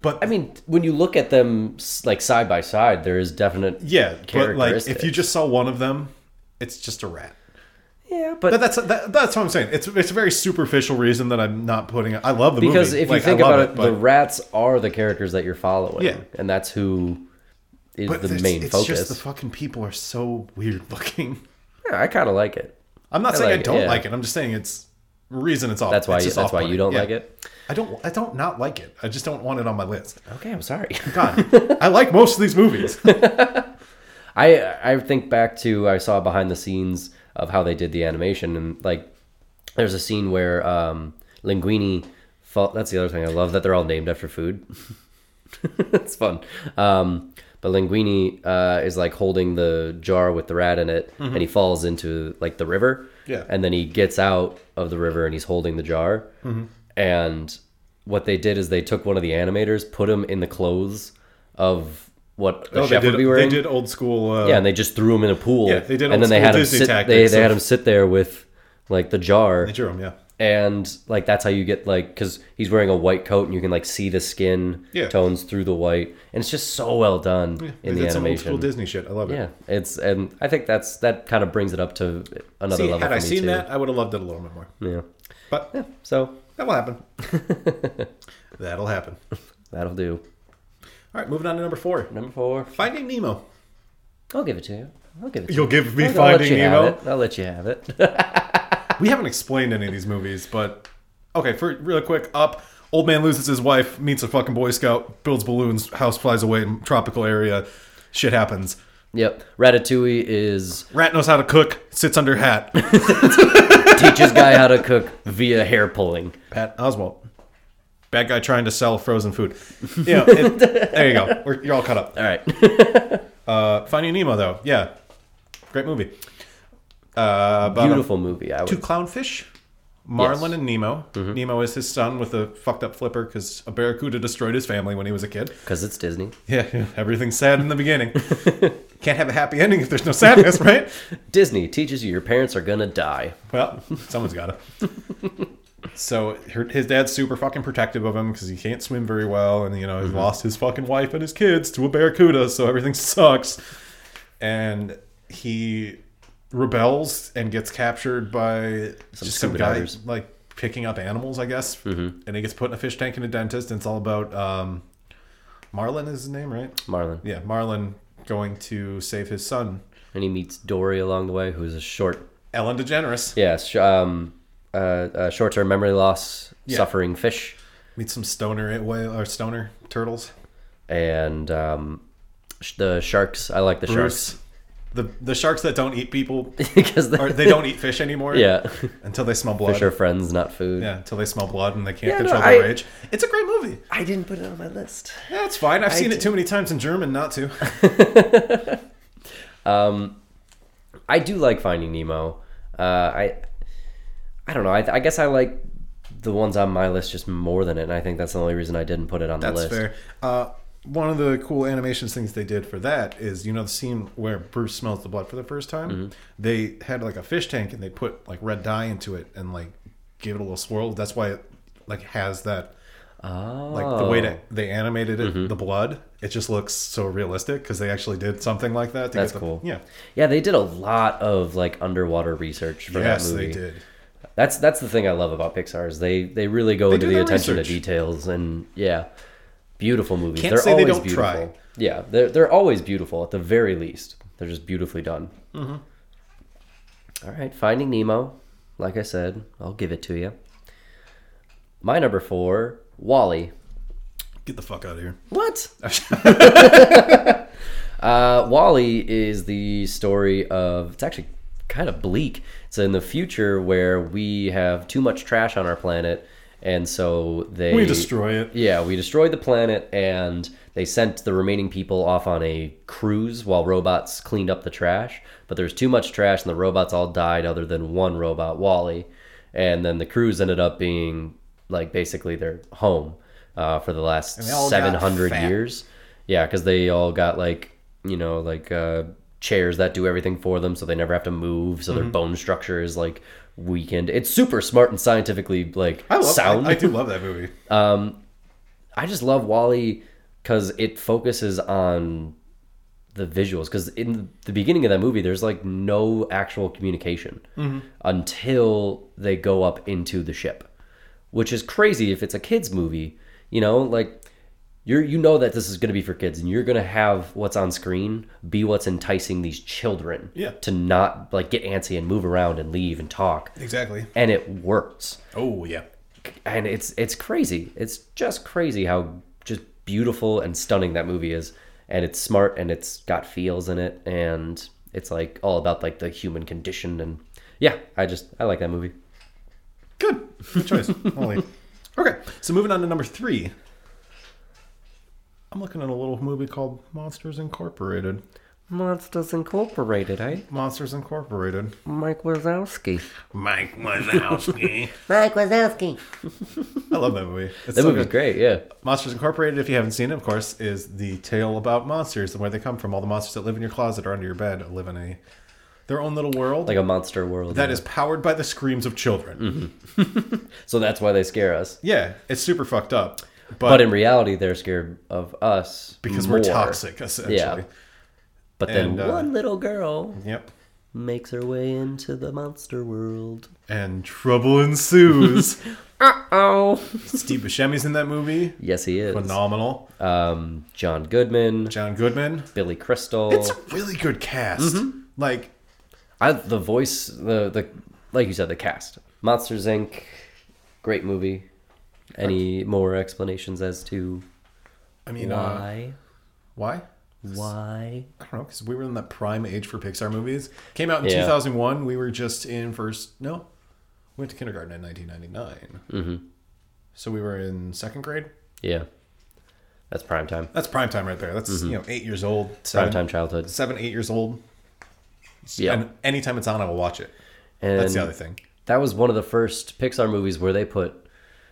Speaker 1: but
Speaker 2: I mean, when you look at them s- like side by side, there is definite
Speaker 1: Yeah, but like if
Speaker 2: characteristics.
Speaker 1: you just saw one of them, it's just a rat.
Speaker 2: yeah,
Speaker 1: But that's that, that's what I'm saying. It's it's a very superficial reason that I'm not putting it. I love the
Speaker 2: Because
Speaker 1: movie.
Speaker 2: if
Speaker 1: Like,
Speaker 2: you think
Speaker 1: I love
Speaker 2: about it,
Speaker 1: but,
Speaker 2: the rats are the characters that you're following,
Speaker 1: Yeah.
Speaker 2: and that's who is
Speaker 1: but
Speaker 2: the
Speaker 1: it's-
Speaker 2: main
Speaker 1: it's
Speaker 2: focus.
Speaker 1: just the fucking people are so weird looking.
Speaker 2: yeah, I kind of like it.
Speaker 1: I'm not saying
Speaker 2: like
Speaker 1: I
Speaker 2: it,
Speaker 1: don't
Speaker 2: yeah.
Speaker 1: like it. I'm just saying it's reason it's off.
Speaker 2: That's why.
Speaker 1: it's
Speaker 2: You,
Speaker 1: just
Speaker 2: that's why
Speaker 1: off-putting.
Speaker 2: you don't
Speaker 1: Yeah.
Speaker 2: like it.
Speaker 1: I don't. I don't not like it. I just don't want it on my list.
Speaker 2: Okay, I'm sorry.
Speaker 1: God, I like most of these movies.
Speaker 2: I I think back to I saw behind the scenes of how they did the animation, and like there's a scene where um, Linguini. Fall, that's the other thing I love that they're all named after food. it's fun. Um, but Linguini uh, is like holding the jar with the rat in it, and he falls into like the river.
Speaker 1: Mm-hmm. Yeah.
Speaker 2: And then he gets out of the river, and he's holding the jar.
Speaker 1: Mm-hmm.
Speaker 2: And what they did is they took one of the animators, put him in the clothes of what the
Speaker 1: Oh, they
Speaker 2: chef
Speaker 1: did.
Speaker 2: would be wearing.
Speaker 1: They did old school. Uh,
Speaker 2: Yeah, and they just threw him in a pool.
Speaker 1: Yeah, they did old
Speaker 2: and then they
Speaker 1: school
Speaker 2: had him
Speaker 1: Disney
Speaker 2: sit. They,
Speaker 1: tactics
Speaker 2: they had
Speaker 1: of-
Speaker 2: him sit there with like the jar,
Speaker 1: they drew 'em, Yeah.
Speaker 2: and like that's how you get like because he's wearing a white coat and you can like see the skin
Speaker 1: Yeah.
Speaker 2: tones through the white, and it's just so well done in
Speaker 1: they
Speaker 2: the
Speaker 1: did some old school
Speaker 2: animation.
Speaker 1: Disney shit. I love it.
Speaker 2: yeah, it's and I think that's that kind of brings it up to another
Speaker 1: See,
Speaker 2: level.
Speaker 1: had
Speaker 2: for
Speaker 1: I
Speaker 2: me
Speaker 1: seen
Speaker 2: too.
Speaker 1: that, I would have loved it a little bit more.
Speaker 2: yeah.
Speaker 1: But
Speaker 2: So
Speaker 1: That will happen. That'll happen. All
Speaker 2: that'll do.
Speaker 1: right, moving on to number four
Speaker 2: Number four,
Speaker 1: Finding Nemo.
Speaker 2: I'll give it to you. I'll give it. To
Speaker 1: You'll give me
Speaker 2: you. I'll let
Speaker 1: Finding
Speaker 2: you have
Speaker 1: Nemo?
Speaker 2: it. I'll let you have it.
Speaker 1: We haven't explained any of these movies, but okay, for real quick up. Old man loses his wife, meets a fucking Boy Scout, builds balloons, house flies away in tropical area. Shit happens.
Speaker 2: yep. Ratatouille is
Speaker 1: Rat knows how to cook, sits under hat.
Speaker 2: teaches guy how to cook via hair pulling.
Speaker 1: Pat Oswald. Bad guy trying to sell frozen food. You know, it- there you go. We're, you're all caught up.
Speaker 2: All right.
Speaker 1: Uh, Finding Nemo, though. Yeah. Great movie. Uh, about a-
Speaker 2: beautiful movie. I
Speaker 1: two
Speaker 2: would.
Speaker 1: clownfish, Marlin and Nemo. Nemo is his son with a fucked up flipper because a barracuda destroyed his family when he was a kid.
Speaker 2: because it's Disney.
Speaker 1: Yeah, everything's sad in the beginning. Can't have a happy ending if there's no sadness, right?
Speaker 2: Disney teaches you your parents are gonna die.
Speaker 1: Well, someone's got to. So her, his dad's super fucking protective of him because he can't swim very well, and you know he lost his fucking wife and his kids to a barracuda, so everything sucks. And he rebels and gets captured by just some
Speaker 2: scuba
Speaker 1: guy
Speaker 2: divers.
Speaker 1: like picking up animals, I guess. And he gets put in a fish tank in a dentist, and it's all about um, Marlin is his name, right?
Speaker 2: Marlin.
Speaker 1: Yeah, Marlin going to save his son,
Speaker 2: And he meets Dory along the way, who's a short,
Speaker 1: Ellen DeGeneres.
Speaker 2: yeah, sh- um, uh, uh, short-term memory loss suffering fish,
Speaker 1: Meet some stoner eh, whale or stoner turtles.
Speaker 2: and um, sh- the sharks. I like the
Speaker 1: Bruce. The the sharks that don't eat people
Speaker 2: sharks because they,
Speaker 1: or they don't eat fish anymore.
Speaker 2: yeah,
Speaker 1: Until they smell blood.
Speaker 2: fish are friends, not food.
Speaker 1: Yeah, until they smell blood and they can't
Speaker 2: Yeah, no,
Speaker 1: control their
Speaker 2: I-
Speaker 1: rage. It's a great movie.
Speaker 2: I didn't put it on my list.
Speaker 1: Yeah, it's fine. I've seen it too many times in German not to.
Speaker 2: I do like Finding Nemo. Uh, I I don't know. I, I guess I like the ones on my list just more than it, and I think that's the only reason I didn't put it on the
Speaker 1: That's
Speaker 2: list.
Speaker 1: fair. Uh, one of the cool animations things they did for that is you know the scene where Bruce smells the blood for the first time.
Speaker 2: Mm-hmm.
Speaker 1: They had like a fish tank and they put like red dye into it and like give it a little swirl. That's why it like has that
Speaker 2: Oh, Mm-hmm.
Speaker 1: Like the way that they animated it, the blood, it just looks so realistic because they actually did something like that. To
Speaker 2: That's
Speaker 1: get the,
Speaker 2: cool.
Speaker 1: Yeah.
Speaker 2: yeah, they did a lot of like underwater research for
Speaker 1: Yes,
Speaker 2: that movie.
Speaker 1: they did.
Speaker 2: That's that's the thing I love about Pixar is they they really go into
Speaker 1: do
Speaker 2: the
Speaker 1: their
Speaker 2: attention
Speaker 1: research.
Speaker 2: to details and yeah, beautiful movies.
Speaker 1: Can't
Speaker 2: they're
Speaker 1: say they
Speaker 2: always
Speaker 1: don't
Speaker 2: beautiful.
Speaker 1: try.
Speaker 2: Yeah, they're they're always beautiful at the very least. They're just beautifully done. Mm-hmm. right, Finding Nemo. Like I said, I'll give it to you. My number four, Wally.
Speaker 1: Get the fuck out of here.
Speaker 2: What? uh, Wally is the story of. It's actually kind of bleak. It's in the future where we have too much trash on our planet, and so they
Speaker 1: We destroy it.
Speaker 2: Yeah, we destroyed the planet, and they sent the remaining people off on a cruise while robots cleaned up the trash. But there's too much trash, and the robots all died, other than one robot, Wally. And then the cruise ended up being like basically their home uh, for the last
Speaker 1: they all got
Speaker 2: seven hundred
Speaker 1: fat.
Speaker 2: years. Yeah, because they all got like you know like uh, chairs that do everything for them, so they never have to move. So their
Speaker 1: Mm-hmm.
Speaker 2: bone structure is like weakened. It's super smart and scientifically like
Speaker 1: I love
Speaker 2: sound.
Speaker 1: I, I do love that movie.
Speaker 2: I just love Wally because it focuses on the visuals. Because in the beginning of that movie, there's like no actual communication until they go up into the ship, which is crazy if it's a kids movie. You know, like you're you know that this is going to be for kids, and you're going to have what's on screen be what's enticing these children
Speaker 1: Yeah.
Speaker 2: to not like get antsy and move around and leave and talk,
Speaker 1: Exactly.
Speaker 2: and it works
Speaker 1: Oh yeah.
Speaker 2: and it's it's crazy. It's just crazy how just beautiful and stunning that movie is, and it's smart and it's got feels in it, and it's like all about like the human condition and yeah, I just I like that movie.
Speaker 1: Good. Good choice. Holy. Okay. So moving on to number three. I'm looking at a little movie called Monsters Incorporated.
Speaker 2: Monsters Incorporated, eh?
Speaker 1: Monsters Incorporated.
Speaker 2: Mike Wazowski.
Speaker 1: Mike Wazowski.
Speaker 3: Mike Wazowski.
Speaker 1: I love that movie. It's so
Speaker 2: That movie's
Speaker 1: good.
Speaker 2: great, yeah.
Speaker 1: Monsters Incorporated, if you haven't seen it, of course, is the tale about monsters and where they come from. All the monsters that live in your closet or under your bed live in a their own little world
Speaker 2: Like Mm-hmm. a monster world.
Speaker 1: that is powered by the screams of children.
Speaker 2: so that's why they scare us.
Speaker 1: Yeah, it's super fucked up. But,
Speaker 2: But in reality, they're scared of us
Speaker 1: because we're
Speaker 2: more.
Speaker 1: toxic, essentially.
Speaker 2: Yeah. But then
Speaker 1: and, uh,
Speaker 2: one little girl
Speaker 1: Yep.
Speaker 2: makes her way into the monster world.
Speaker 1: And trouble ensues.
Speaker 2: Uh oh.
Speaker 1: Steve Buscemi's in that movie.
Speaker 2: Yes, he is.
Speaker 1: Phenomenal.
Speaker 2: um, John Goodman,
Speaker 1: John Goodman.
Speaker 2: Billy Crystal.
Speaker 1: It's a really good cast.
Speaker 2: Mm-hmm.
Speaker 1: Like,
Speaker 2: I, the voice, the the like you said, the cast. Monsters Inc. Great movie. Any more explanations as to
Speaker 1: I mean, Uh,
Speaker 2: why?
Speaker 1: why?
Speaker 2: Why?
Speaker 1: I don't know, because we were in that prime age for Pixar movies. Came out in
Speaker 2: Yeah.
Speaker 1: 2001. We were just in first. No, we went to kindergarten in 1999.
Speaker 2: Mm-hmm.
Speaker 1: So we were in second grade.
Speaker 2: Yeah, that's prime time.
Speaker 1: That's prime time right there. That's you know eight years old.
Speaker 2: Mm-hmm. Prime
Speaker 1: Seven,
Speaker 2: time childhood.
Speaker 1: seven eight years old.
Speaker 2: Yeah,
Speaker 1: And anytime it's on, I will watch it.
Speaker 2: and
Speaker 1: That's the other thing.
Speaker 2: that was one of the first Pixar movies where they put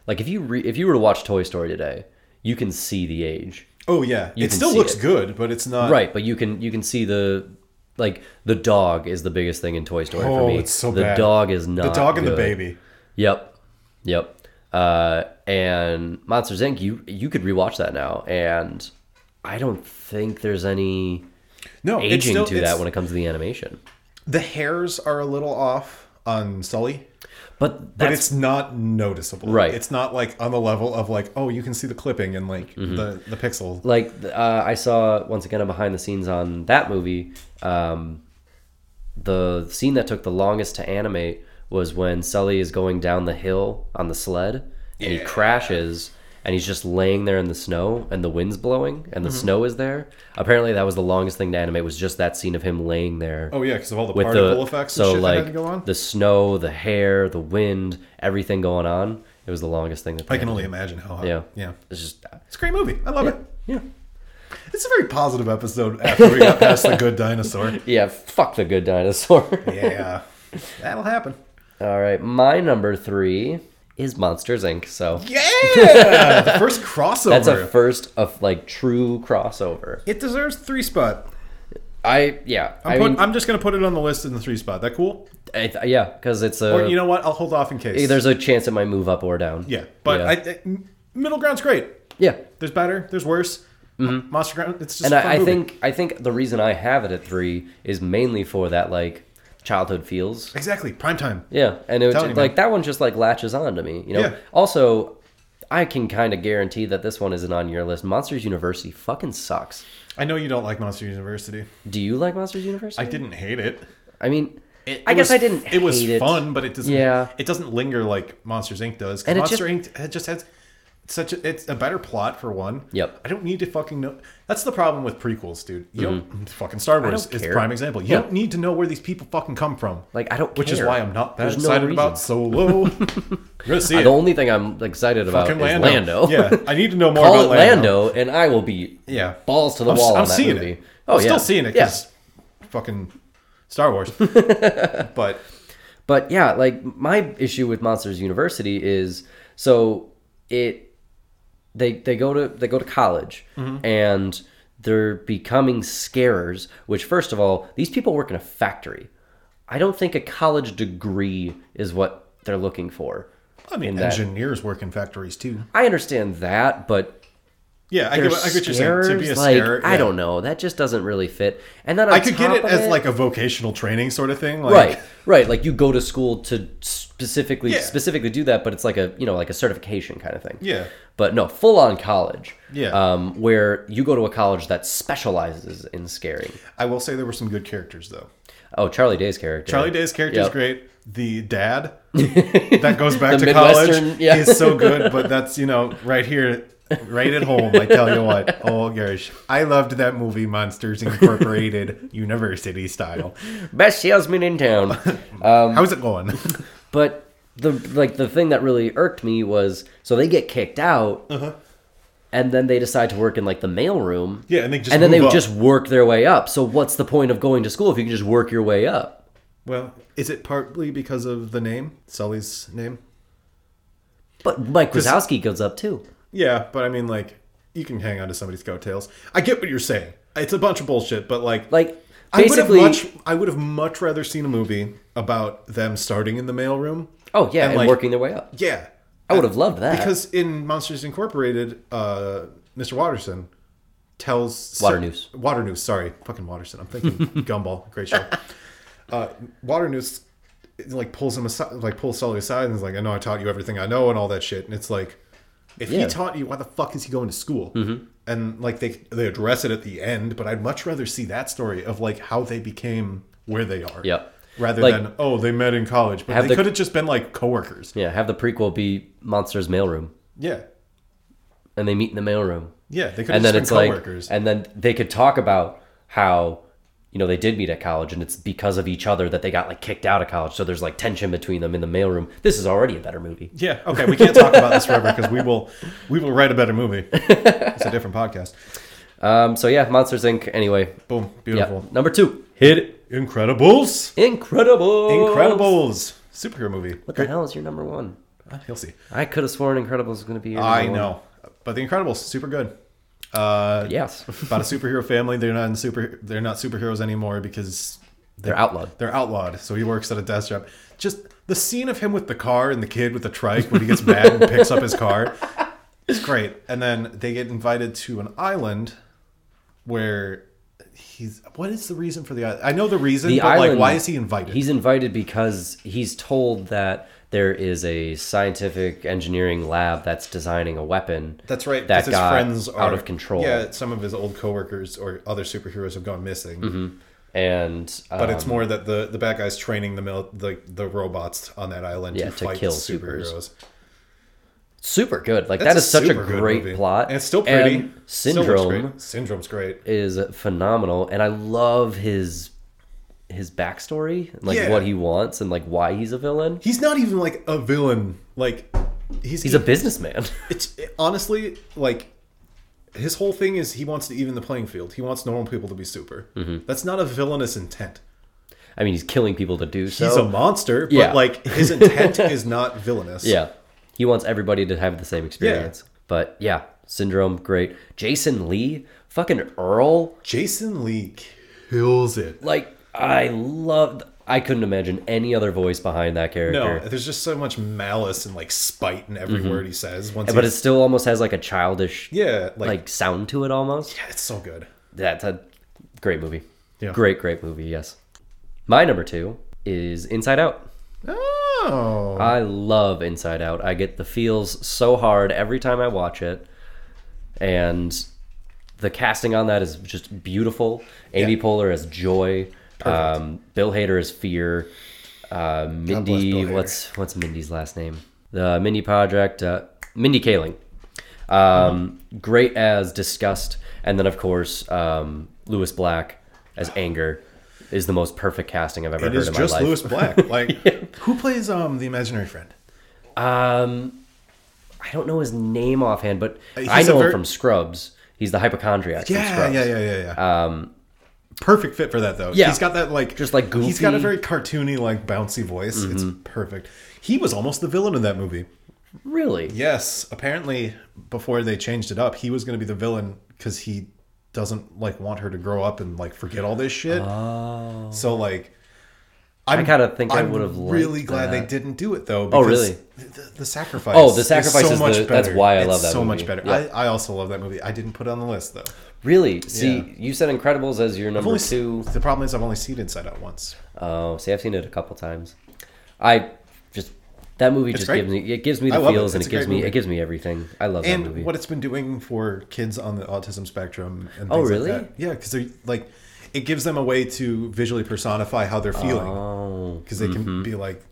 Speaker 2: like if you re, if you were to watch Toy Story today, you can see the age.
Speaker 1: Oh yeah, it
Speaker 2: can
Speaker 1: still
Speaker 2: see
Speaker 1: looks
Speaker 2: it.
Speaker 1: good, but it's not
Speaker 2: right but you can you can see the like the dog is the biggest thing in toy story
Speaker 1: Oh,
Speaker 2: for me
Speaker 1: it's so
Speaker 2: the
Speaker 1: bad.
Speaker 2: dog is not
Speaker 1: the dog and the
Speaker 2: good.
Speaker 1: baby.
Speaker 2: yep yep uh and monsters inc you you could rewatch that now and i don't think there's any
Speaker 1: No, it's
Speaker 2: aging
Speaker 1: still,
Speaker 2: to that when it comes to the animation
Speaker 1: the hairs are a little off on Sully.
Speaker 2: but
Speaker 1: But
Speaker 2: that's
Speaker 1: it's not noticeable.
Speaker 2: Right.
Speaker 1: It's not like on the level of like, oh, you can see the clipping and like
Speaker 2: Mm-hmm.
Speaker 1: the the pixel.
Speaker 2: like uh, I saw once again a behind the scenes on that movie. Um, the scene that took the longest to animate was when Sully is going down the hill on the sled and he crashes and he's just laying there in the snow and the wind's blowing and the
Speaker 1: Mm-hmm.
Speaker 2: snow is there. Apparently, that was the longest thing to animate was just that scene of him laying there
Speaker 1: Oh yeah, because of all the
Speaker 2: with
Speaker 1: particle
Speaker 2: the
Speaker 1: effects and
Speaker 2: so
Speaker 1: shit
Speaker 2: like
Speaker 1: that had to go on.
Speaker 2: the snow, the hair, the wind, everything going on. It was the longest thing that they
Speaker 1: I can
Speaker 2: had.
Speaker 1: only imagine how. hot-
Speaker 2: Yeah.
Speaker 1: Yeah.
Speaker 2: It's just
Speaker 1: It's a great movie. I love it.
Speaker 2: yeah.
Speaker 1: It's a very positive episode after we got past the good dinosaur.
Speaker 2: Yeah, fuck the good dinosaur.
Speaker 1: Yeah. That'll happen.
Speaker 2: All right, my number three is Monsters Inc. So
Speaker 1: Yeah. Uh, the first crossover.
Speaker 2: that's a first of like true crossover.
Speaker 1: it deserves three spot.
Speaker 2: I yeah, i
Speaker 1: I'm, put,
Speaker 2: mean,
Speaker 1: I'm just gonna put it on the list in the three spot. That cool?
Speaker 2: I th- yeah, because it's a
Speaker 1: Or you know what? I'll hold off in case.
Speaker 2: there's a chance it might move up or down.
Speaker 1: yeah, but
Speaker 2: Yeah.
Speaker 1: I, I- middle ground's great.
Speaker 2: Yeah.
Speaker 1: There's better. There's worse. Monster Ground. It's just.
Speaker 2: Mm-hmm. and
Speaker 1: a fun
Speaker 2: I, I
Speaker 1: movie.
Speaker 2: think I think the reason I have it at three is mainly for that like childhood feels.
Speaker 1: exactly prime time.
Speaker 2: Yeah, and it was
Speaker 1: Telling
Speaker 2: just,
Speaker 1: you,
Speaker 2: like that one just like latches on to me. You know.
Speaker 1: Yeah.
Speaker 2: Also, I can kind of guarantee that this one isn't on your list. Monsters University fucking sucks.
Speaker 1: I know you don't like Monster University.
Speaker 2: Do you like Monsters
Speaker 1: I
Speaker 2: University?
Speaker 1: didn't hate it.
Speaker 2: I, mean,
Speaker 1: It-
Speaker 2: I
Speaker 1: it
Speaker 2: guess
Speaker 1: was-
Speaker 2: I didn't.
Speaker 1: It was
Speaker 2: hate Uh,
Speaker 1: fun, but it doesn't.
Speaker 2: Yeah.
Speaker 1: It doesn't linger like Monsters Inc. does. 'cause
Speaker 2: And it
Speaker 1: Monster Inc. It just has such. A, it's a better plot for one.
Speaker 2: Yep.
Speaker 1: I don't need to fucking know. That's the problem with prequels, dude. You don't fucking Star Wars
Speaker 2: Mm-hmm. don't
Speaker 1: is
Speaker 2: care.
Speaker 1: prime example. You
Speaker 2: Yeah.
Speaker 1: don't need to know where these people fucking come from.
Speaker 2: Like I don't.
Speaker 1: which is
Speaker 2: care.
Speaker 1: why I'm not that
Speaker 2: There's no
Speaker 1: excited about
Speaker 2: reason.
Speaker 1: Solo. You're gonna see it.
Speaker 2: The only thing I'm excited about
Speaker 1: Fucking
Speaker 2: is Lando.
Speaker 1: Yeah, I need to know more
Speaker 2: Call
Speaker 1: about
Speaker 2: it Lando, and I will be
Speaker 1: Yeah,
Speaker 2: balls to the
Speaker 1: I'm,
Speaker 2: wall.
Speaker 1: I'm
Speaker 2: on that
Speaker 1: seeing
Speaker 2: movie.
Speaker 1: it.
Speaker 2: Oh
Speaker 1: I'm
Speaker 2: yeah,
Speaker 1: still seeing it.
Speaker 2: Yeah.
Speaker 1: 'cause fucking Star Wars. but
Speaker 2: But yeah, like my issue with Monsters University is so it they they go to they go to college
Speaker 1: Mm-hmm.
Speaker 2: and they're becoming scarers, which first of all, these people work in a factory. I don't think a college degree is what they're looking for.
Speaker 1: I mean,
Speaker 2: that-
Speaker 1: engineers work in factories too.
Speaker 2: I understand that, but
Speaker 1: Yeah, I
Speaker 2: they're
Speaker 1: get, what- I get what you're saying.
Speaker 2: scarers,
Speaker 1: To be a
Speaker 2: like
Speaker 1: scarer, yeah.
Speaker 2: I don't know, that just doesn't really fit. And then on
Speaker 1: I could get
Speaker 2: top
Speaker 1: it
Speaker 2: of
Speaker 1: as like a vocational training sort of thing. Like,
Speaker 2: right right like you go to school to specifically
Speaker 1: Yeah.
Speaker 2: specifically do that but it's like a you know like a certification kind of thing
Speaker 1: Yeah.
Speaker 2: but no full on college
Speaker 1: Yeah.
Speaker 2: um where you go to a college that specializes in scaring
Speaker 1: I will say there were some good characters though.
Speaker 2: oh charlie day's character
Speaker 1: Charlie Day's character is
Speaker 2: Yep.
Speaker 1: great. The dad that goes back
Speaker 2: The
Speaker 1: to college
Speaker 2: Midwestern, yeah.
Speaker 1: is so good, but that's you know right here, right at home. I tell you what, oh gosh, I loved that movie, Monsters Incorporated, University style.
Speaker 2: best salesman in town Um,
Speaker 1: How's it going?
Speaker 2: but the like the thing that really irked me was so they get kicked out
Speaker 1: Uh-huh.
Speaker 2: and then they decide to work in like the mailroom
Speaker 1: Yeah, and they just
Speaker 2: and then they
Speaker 1: move up.
Speaker 2: just work their way up so what's the point of going to school if you can just work your way up
Speaker 1: well, is it partly because of the name, Sully's name?
Speaker 2: but mike wazowski goes up too
Speaker 1: Yeah, but I mean, like, you can hang on to somebody's coattails. I get what you're saying. It's a bunch of bullshit, but like,
Speaker 2: Like
Speaker 1: I would have
Speaker 2: basically,
Speaker 1: much, I would have much rather seen a movie about them starting in the mailroom.
Speaker 2: oh yeah, and,
Speaker 1: like-
Speaker 2: working their way up.
Speaker 1: Yeah,
Speaker 2: I would have loved that
Speaker 1: because in Monsters Incorporated, uh, Mr. Watterson tells
Speaker 2: Water Noose.
Speaker 1: Water Noose, sorry, fucking Watterson. I'm thinking Gumball. Great show. Uh, Water Noose like pulls him aside, like pulls Sully aside, and is like, "I know I taught you everything I know and all that shit." And it's like, if he
Speaker 2: Yeah. Mm-hmm.
Speaker 1: taught you, why the fuck is he going to school? And like they they address it at the end, but I'd much rather see that story of like how they became where they are.
Speaker 2: Yep.
Speaker 1: Rather
Speaker 2: Like-
Speaker 1: than oh they met in college, but
Speaker 2: Have
Speaker 1: they
Speaker 2: the-
Speaker 1: could have just been like coworkers.
Speaker 2: yeah, have the prequel be Monsters Mailroom,
Speaker 1: Yeah,
Speaker 2: and they meet in the mailroom,
Speaker 1: yeah. They could have just
Speaker 2: and then
Speaker 1: been
Speaker 2: it's like,
Speaker 1: coworkers.
Speaker 2: and then they could talk about how you know they did meet at college, and it's because of each other that they got like kicked out of college. So there's like tension between them in the mailroom. This is already a better movie.
Speaker 1: Yeah. Okay. We can't talk about this forever because we will we will write a better movie. It's a different podcast.
Speaker 2: Um, so yeah, Monsters Inc. Anyway,
Speaker 1: Boom.
Speaker 2: yeah,
Speaker 1: Beautiful.
Speaker 2: number two, hit it,
Speaker 1: Incredibles.
Speaker 2: Incredible,
Speaker 1: Incredibles. Superhero movie.
Speaker 2: What the hell is your number one?
Speaker 1: You'll see.
Speaker 2: I could have sworn Incredibles was going to be. Your number
Speaker 1: I
Speaker 2: one.
Speaker 1: know, but the Incredibles super good. Uh,
Speaker 2: Yes,
Speaker 1: About a superhero family. They're not in super. They're not superheroes anymore because
Speaker 2: they're outlawed.
Speaker 1: they're outlawed. So he works at a desk job. Just the scene of him with the car and the kid with the trike when he gets mad and picks up his car. It's great. And then they get invited to an island where he's. What is the reason for the island? I know the reason,
Speaker 2: the
Speaker 1: but
Speaker 2: island.
Speaker 1: like, why is he invited?
Speaker 2: He's invited because he's told that there is a scientific engineering lab that's designing a weapon.
Speaker 1: That's right.
Speaker 2: That
Speaker 1: because his
Speaker 2: got
Speaker 1: friends are
Speaker 2: out of control.
Speaker 1: Yeah, some of his old coworkers or other superheroes have gone missing.
Speaker 2: and Mm-hmm. um,
Speaker 1: But it's more that the the bad guys training the mil- the the robots on that island
Speaker 2: Yeah,
Speaker 1: to,
Speaker 2: to
Speaker 1: fight
Speaker 2: kill
Speaker 1: superheroes.
Speaker 2: supers. super good. Like
Speaker 1: That's
Speaker 2: that is such a
Speaker 1: super good
Speaker 2: great
Speaker 1: movie.
Speaker 2: plot.
Speaker 1: And it's still pretty.
Speaker 2: And
Speaker 1: Still looks
Speaker 2: Syndrome
Speaker 1: great. Syndrome's great.
Speaker 2: is phenomenal, and I love his his backstory, like
Speaker 1: Yeah.
Speaker 2: what he wants and like why he's a villain.
Speaker 1: He's not even like a villain. Like he's
Speaker 2: He's a businessman.
Speaker 1: it's honestly like his whole thing is he wants to even the playing field. He wants normal people to be super.
Speaker 2: Mm-hmm.
Speaker 1: That's not a villainous intent.
Speaker 2: I mean, he's killing people to do so.
Speaker 1: He's a monster, but
Speaker 2: Yeah.
Speaker 1: like his intent is not villainous.
Speaker 2: Yeah. He wants everybody to have the same experience. But yeah, Syndrome, great. Jason Lee, fucking Earl.
Speaker 1: Jason Lee kills it.
Speaker 2: Like, I love. I couldn't imagine any other voice behind that
Speaker 1: No,
Speaker 2: character.
Speaker 1: there's just so much malice and like spite in every word he says. Once,
Speaker 2: Mm-hmm. But
Speaker 1: he-
Speaker 2: it still almost has like a childish
Speaker 1: yeah, like,
Speaker 2: like, sound to it almost.
Speaker 1: yeah, it's so good.
Speaker 2: That's a great movie.
Speaker 1: Yeah.
Speaker 2: Great, great movie, yes. My number two is Inside Out.
Speaker 1: Oh,
Speaker 2: I love Inside Out. I get the feels so hard every time I watch it. And the casting on that is just beautiful. Amy Poehler as Joy. Um, Bill Hader as Fear. Uh, Mindy,
Speaker 1: Bill Hader.
Speaker 2: what's what's Mindy's last name? The Mindy Project. Uh, Mindy Kaling. Um, Great as Disgust. And then, of course, um, Lewis Black as Anger is the most perfect casting I've ever
Speaker 1: it
Speaker 2: heard
Speaker 1: is
Speaker 2: in
Speaker 1: just
Speaker 2: my life.
Speaker 1: Lewis Black. Like, who plays um the imaginary friend?
Speaker 2: Um, I don't know his name offhand, but
Speaker 1: Uh, he's
Speaker 2: I know
Speaker 1: a
Speaker 2: him
Speaker 1: ver-
Speaker 2: from Scrubs. He's the hypochondriac from
Speaker 1: Yeah,
Speaker 2: Scrubs.
Speaker 1: yeah, yeah, yeah, yeah. Um, perfect fit for that though.
Speaker 2: yeah.
Speaker 1: he's got that like
Speaker 2: Just, like,
Speaker 1: He's got a
Speaker 2: goofy. Mm-hmm.
Speaker 1: very cartoony, like bouncy voice. It's perfect. He was almost the villain in that movie.
Speaker 2: Really?
Speaker 1: Yes, apparently before they changed it up, he was going to be the villain because he doesn't like want her to grow up and like forget all this shit. Oh. So like, I'm,
Speaker 2: kinda think I
Speaker 1: I'm
Speaker 2: would've liked
Speaker 1: really glad they
Speaker 2: that. Oh,
Speaker 1: didn't do it though.
Speaker 2: really?
Speaker 1: The, the- the sacrifice.
Speaker 2: Oh, the sacrifice is the- that's why I
Speaker 1: It's
Speaker 2: love that
Speaker 1: So much
Speaker 2: movie.
Speaker 1: better.
Speaker 2: Yeah.
Speaker 1: I, I also love that movie. I didn't put it on the list though.
Speaker 2: Really? See,
Speaker 1: Yeah.
Speaker 2: you said Incredibles as your
Speaker 1: I've
Speaker 2: number
Speaker 1: only
Speaker 2: two.
Speaker 1: seen- the problem is I've only seen Inside Out once.
Speaker 2: Oh, see, I've seen it a couple times. I just that movie just
Speaker 1: great.
Speaker 2: gives me it gives me
Speaker 1: I
Speaker 2: the
Speaker 1: love it.
Speaker 2: feels and
Speaker 1: It's a
Speaker 2: it gives
Speaker 1: great
Speaker 2: me
Speaker 1: movie.
Speaker 2: it gives me everything. I love that movie.
Speaker 1: and what it's been doing for kids on the autism spectrum and things
Speaker 2: Oh, really?
Speaker 1: like that. Yeah, because they're like, it gives them a way to visually personify how they're feeling
Speaker 2: Oh,
Speaker 1: because they
Speaker 2: mm-hmm.
Speaker 1: can be like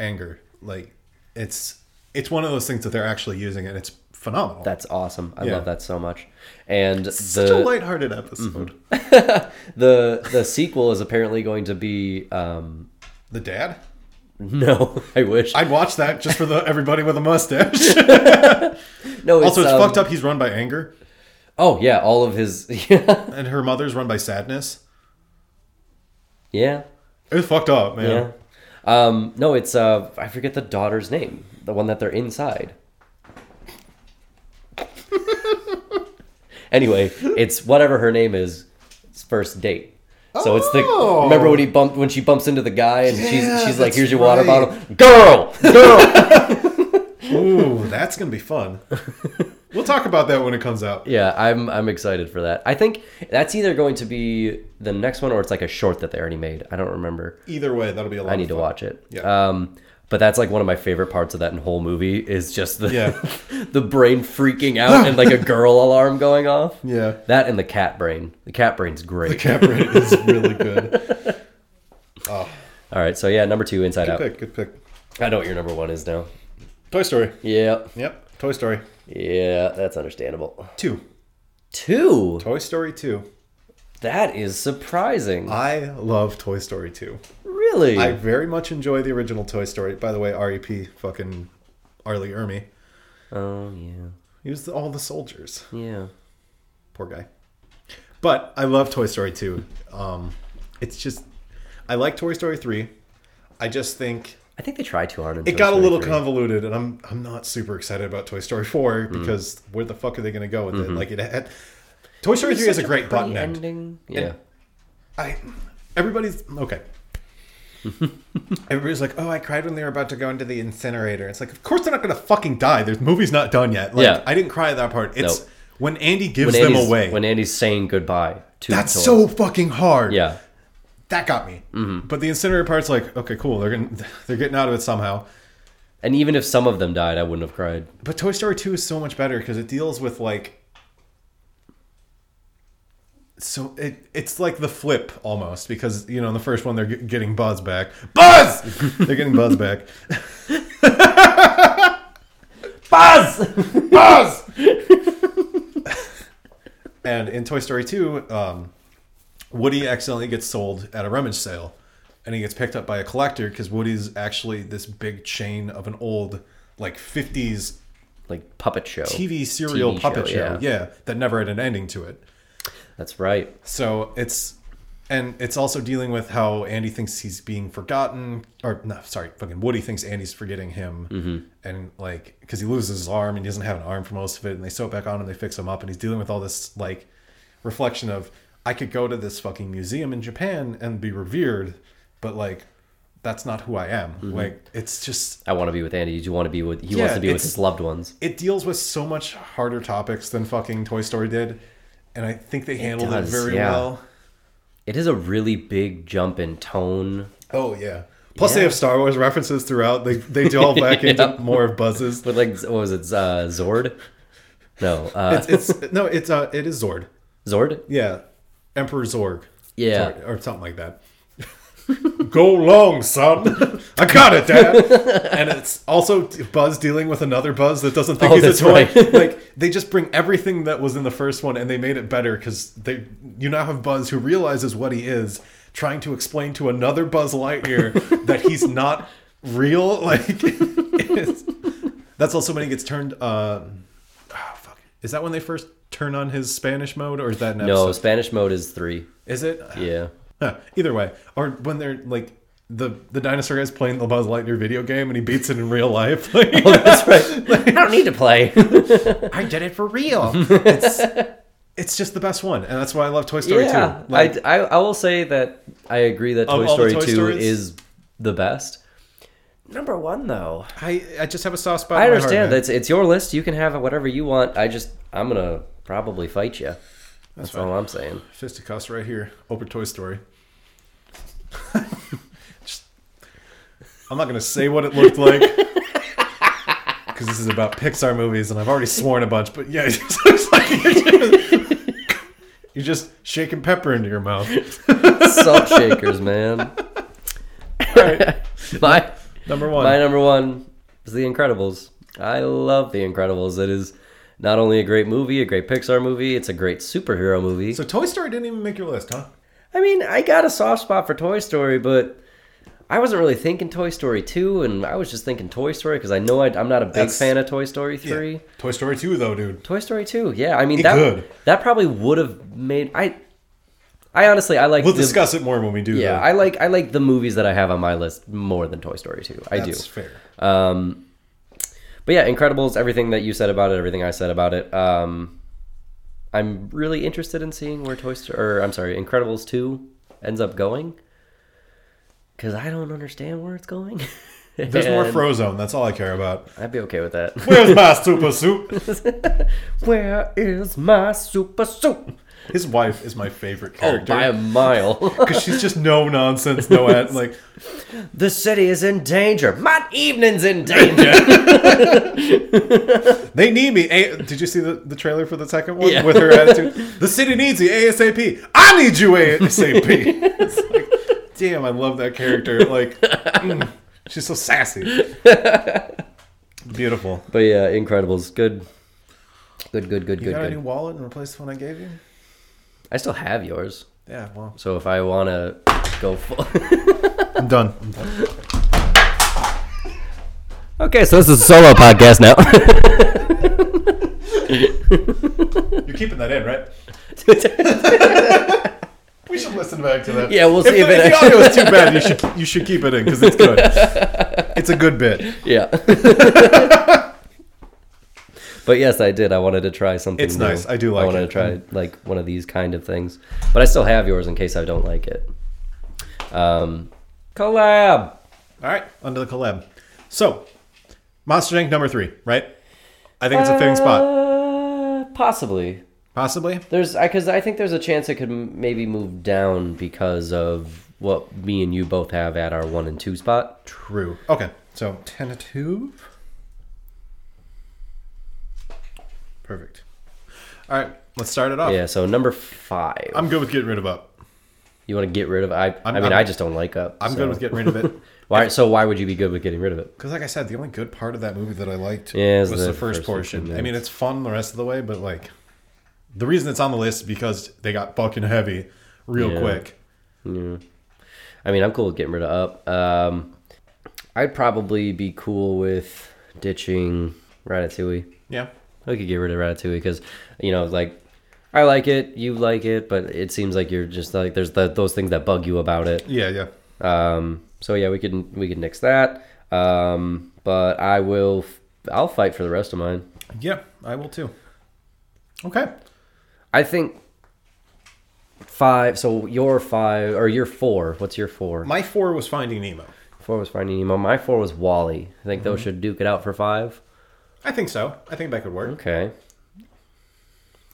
Speaker 1: anger. Like it's it's one of those things that they're actually using and it's phenomenal.
Speaker 2: That's awesome. I
Speaker 1: Yeah.
Speaker 2: love that so much. And
Speaker 1: Such
Speaker 2: the Mm-hmm.
Speaker 1: a lighthearted episode.
Speaker 2: the the sequel is apparently going to be um
Speaker 1: The dad.
Speaker 2: no, I wish.
Speaker 1: I'd watch that just for the everybody with a mustache.
Speaker 2: no, it's,
Speaker 1: also, it's
Speaker 2: um,
Speaker 1: fucked up. He's run by anger,
Speaker 2: Oh yeah, all of his
Speaker 1: and her mother's run by sadness.
Speaker 2: yeah.
Speaker 1: It was fucked up, man.
Speaker 2: Yeah. Um, no, it's uh, I forget the daughter's name, the one that they're inside. anyway, it's whatever her name is. It's first date. So it's the
Speaker 1: Oh.
Speaker 2: remember when he bumped when she bumps into the guy and
Speaker 1: Yeah,
Speaker 2: she's she's like
Speaker 1: that's
Speaker 2: here's your water
Speaker 1: right.
Speaker 2: bottle girl girl
Speaker 1: Ooh, that's gonna be fun. we'll talk about that when it comes out.
Speaker 2: yeah I'm I'm excited for that I think that's either going to be the next one or it's like a short that they already made I don't remember
Speaker 1: Either way, that'll be a lot.
Speaker 2: I
Speaker 1: of
Speaker 2: need to
Speaker 1: fun.
Speaker 2: watch it.
Speaker 1: Yeah.
Speaker 2: Um, but that's like one of my favorite parts of that whole movie is just the
Speaker 1: Yeah.
Speaker 2: the brain freaking out and like a girl alarm going off.
Speaker 1: Yeah.
Speaker 2: That and the cat brain. The cat brain's great.
Speaker 1: Capra is really good.
Speaker 2: All right, so yeah, number two, Inside Out.
Speaker 1: Pick, good pick.
Speaker 2: I know what your number one is now.
Speaker 1: Toy Story.
Speaker 2: Yeah,
Speaker 1: Yep. Toy Story
Speaker 2: yeah, that's understandable.
Speaker 1: two.
Speaker 2: Two.
Speaker 1: Toy Story two.
Speaker 2: That is surprising.
Speaker 1: I love Toy Story two.
Speaker 2: really?
Speaker 1: I very much enjoy the original Toy Story. By the way, R.E.P. Fucking Arlie Ermy.
Speaker 2: oh yeah,
Speaker 1: He was the, all the soldiers.
Speaker 2: yeah.
Speaker 1: Poor guy. But I love Toy Story two. Um, it's just I like Toy Story three. I just think
Speaker 2: I think they tried too hard. In
Speaker 1: it got a little convoluted and i'm i'm not super excited about toy story 4
Speaker 2: Mm-hmm.
Speaker 1: because where the fuck are they going to go with it like it had toy story 3 is a great button end
Speaker 2: ending. Yeah.
Speaker 1: i everybody's okay everybody's like oh i cried when they were about to go into the incinerator it's like of course they're not going to fucking die their movie's not done yet like
Speaker 2: Yeah.
Speaker 1: i didn't cry at that part it's
Speaker 2: Nope.
Speaker 1: when andy gives
Speaker 2: When
Speaker 1: them
Speaker 2: Andy's,
Speaker 1: away
Speaker 2: when Andy's saying goodbye to
Speaker 1: that's
Speaker 2: the toy.
Speaker 1: so fucking hard
Speaker 2: Yeah.
Speaker 1: that got me but the incinerator part's like okay cool they're going to they're getting out of it somehow
Speaker 2: And even if some of them died, I wouldn't have cried.
Speaker 1: But Toy Story 2 is so much better because it deals with like so it it's like the flip almost because you know in the first one they're g- getting Buzz back. Buzz! they're getting Buzz back.
Speaker 2: Buzz!
Speaker 1: Buzz! and in Toy Story 2, um, Woody accidentally gets sold at a rummage sale and he gets picked up by a collector because Woody's actually this big chain of an old like 50s
Speaker 2: like puppet show.
Speaker 1: TV serial
Speaker 2: TV
Speaker 1: puppet
Speaker 2: show,
Speaker 1: show,
Speaker 2: yeah.
Speaker 1: yeah, that never had an ending to it.
Speaker 2: That's right.
Speaker 1: So it's and it's also dealing with how Andy thinks he's being forgotten, or no, sorry, fucking Woody thinks Andy's forgetting him,
Speaker 2: Mm-hmm.
Speaker 1: and like because he loses his arm and he doesn't have an arm for most of it, and they sew it back on and they fix him up, and he's dealing with all this like reflection of I could go to this fucking museum in Japan and be revered, but like that's not who I am.
Speaker 2: Mm-hmm.
Speaker 1: Like it's just
Speaker 2: I want to be with Andy. You want to be with? He
Speaker 1: Yeah,
Speaker 2: wants to be with
Speaker 1: it's-
Speaker 2: his loved ones.
Speaker 1: it deals with so much harder topics than fucking Toy Story did, and I think they handled it,
Speaker 2: does,
Speaker 1: very
Speaker 2: yeah.
Speaker 1: well.
Speaker 2: It is a really big jump in tone.
Speaker 1: Oh yeah. Plus they
Speaker 2: Yeah.
Speaker 1: have Star Wars references throughout. They they delve back into
Speaker 2: Yep.
Speaker 1: more of Buzz's.
Speaker 2: But like, what was it? Uh, Zord? No, uh,
Speaker 1: It's, it's no, it's uh, it is Zord.
Speaker 2: Zord.
Speaker 1: Yeah, Emperor Zorg.
Speaker 2: Yeah.
Speaker 1: Zorg, or something like that. Go long, son. I got it, Dad. and it's also Buzz dealing with another Buzz that doesn't think
Speaker 2: Oh,
Speaker 1: he's a
Speaker 2: that's
Speaker 1: toy.
Speaker 2: right.
Speaker 1: like they just bring everything that was in the first one and they made it better because they you now have Buzz who realizes what he is, trying to explain to another Buzz Lightyear that he's not real. Like it's- that's also when he gets turned. Uh, ah, fuck. Is that when they first turn on his Spanish mode, or is that an
Speaker 2: No,
Speaker 1: episode?
Speaker 2: Spanish mode is three.
Speaker 1: Is it?
Speaker 2: Yeah.
Speaker 1: Huh, Either way, or when they're like the the dinosaur guy's playing the Buzz Lightyear video game and he beats it in real life. Like,
Speaker 2: Oh, That's right. I don't need to play.
Speaker 1: I did it for real. it's, it's just the best one, and that's why I love Toy Story
Speaker 2: yeah,
Speaker 1: Two. Like,
Speaker 2: I, I I will say that I agree that
Speaker 1: Of
Speaker 2: Toy
Speaker 1: all the
Speaker 2: Story
Speaker 1: Toy
Speaker 2: Two
Speaker 1: Stories?
Speaker 2: is the best. Number one, though,
Speaker 1: I, I just have a soft spot.
Speaker 2: I
Speaker 1: in my
Speaker 2: understand
Speaker 1: heart, man.
Speaker 2: that's it's your list. You can have it whatever you want. I just I'm gonna probably fight you. That's, all I'm saying.
Speaker 1: fisticuffs right here over Toy Story. Just- I'm not gonna say what it looked like because this is about Pixar movies, and I've already sworn a bunch. But yeah, it's just like you're just, you're just shaking pepper into your mouth.
Speaker 2: Salt shakers, man.
Speaker 1: All right,
Speaker 2: My
Speaker 1: number one.
Speaker 2: my number one is The Incredibles. I love The Incredibles. It is not only a great movie, a great Pixar movie, it's a great superhero movie.
Speaker 1: so Toy Story didn't even make your list, huh?
Speaker 2: I mean, I got a soft spot for Toy Story, but I wasn't really thinking Toy Story 2, and I was just thinking Toy Story because I know I, I'm not a big
Speaker 1: That's-
Speaker 2: fan of Toy Story 3.
Speaker 1: Toy Story Two, though, dude.
Speaker 2: Toy Story 2, yeah. I mean,
Speaker 1: It
Speaker 2: that
Speaker 1: could.
Speaker 2: that probably would have made I. I honestly, I like
Speaker 1: We'll
Speaker 2: the,
Speaker 1: discuss it more when we do.
Speaker 2: Yeah,
Speaker 1: the-
Speaker 2: I like I like the movies that I have on my list more than Toy Story 2. I
Speaker 1: that's
Speaker 2: do.
Speaker 1: fair.
Speaker 2: Um, but yeah, Incredibles, everything that you said about it, everything I said about it. Um, I'm really interested in seeing where Toy Story, or I'm sorry, Incredibles 2 ends up going. Because I don't understand where it's going.
Speaker 1: There's more
Speaker 2: And
Speaker 1: Frozone. That's all I care about.
Speaker 2: I'd be okay with that.
Speaker 1: Where's my super suit?
Speaker 2: Where is my super suit?
Speaker 1: His wife is my favorite
Speaker 2: Oh,
Speaker 1: character.
Speaker 2: by a mile.
Speaker 1: because she's just no nonsense, no ad. Like
Speaker 2: the city is in danger. My evening's in danger.
Speaker 1: they need me. A- Did you see the, the trailer for the second one
Speaker 2: Yeah.
Speaker 1: with her attitude? The city needs you ASAP. I need you ASAP. it's like, damn, I love that character. Like, mm, she's so sassy. Beautiful.
Speaker 2: but yeah, Incredibles, good, good, good, good,
Speaker 1: You
Speaker 2: good,
Speaker 1: got a new
Speaker 2: good.
Speaker 1: wallet and replace the one I gave you?
Speaker 2: I still have yours.
Speaker 1: Yeah. Well,
Speaker 2: So if I want to go full.
Speaker 1: I'm done.
Speaker 2: okay, so this is a solo podcast now.
Speaker 1: You're keeping that in, right? We should listen back to that.
Speaker 2: Yeah, we'll see
Speaker 1: if,
Speaker 2: if
Speaker 1: the-
Speaker 2: it-
Speaker 1: if the audio is too bad. You should you should keep it in because it's good. It's a good bit.
Speaker 2: yeah. but yes, I did. I wanted to try something.
Speaker 1: It's
Speaker 2: new.
Speaker 1: nice. I do like
Speaker 2: I wanted
Speaker 1: it.
Speaker 2: to try like one of these kind of things, but I still have yours in case I don't like it. Um, collab.
Speaker 1: All right, onto the collab. So, Monster Inc. number three, right? I think it's a fitting spot,
Speaker 2: Uh, possibly.
Speaker 1: possibly.
Speaker 2: There's because I think there's a chance it could m- maybe move down because of what me and you both have at our one and two spot.
Speaker 1: True. Okay, so tentative. Perfect. All right, let's start it off.
Speaker 2: Yeah, so number five.
Speaker 1: I'm good with getting rid of up.
Speaker 2: you want to get rid of I i mean,
Speaker 1: I'm-
Speaker 2: i just don't like up.
Speaker 1: I'm
Speaker 2: so.
Speaker 1: good with getting rid of it
Speaker 2: Why? So why would you be good with getting rid of it?
Speaker 1: because, like I said, the only good part of that movie that I liked
Speaker 2: Yeah,
Speaker 1: was
Speaker 2: it's
Speaker 1: the,
Speaker 2: the
Speaker 1: first,
Speaker 2: first
Speaker 1: portion.
Speaker 2: 15
Speaker 1: I mean, it's fun the rest of the way, but like the reason it's on the list is because they got fucking heavy real
Speaker 2: Yeah.
Speaker 1: quick.
Speaker 2: I mean, I'm cool with getting rid of up. Um, I'd probably be cool with ditching Ratatouille.
Speaker 1: Yeah.
Speaker 2: I could get rid of Ratatouille because you know, like I like it, you like it, but it seems like you're just like there's the, those things that bug you about it.
Speaker 1: Yeah, yeah.
Speaker 2: Um, so yeah, we could we could nix that. Um, but I will. f- I'll fight for the rest of mine.
Speaker 1: Yeah, I will too. Okay.
Speaker 2: I think five. So your five or your four. What's your four?
Speaker 1: My four was Finding Nemo.
Speaker 2: four was Finding Nemo. My four was Wally. I think those should duke it out for five.
Speaker 1: I think so. I think that could work.
Speaker 2: Okay.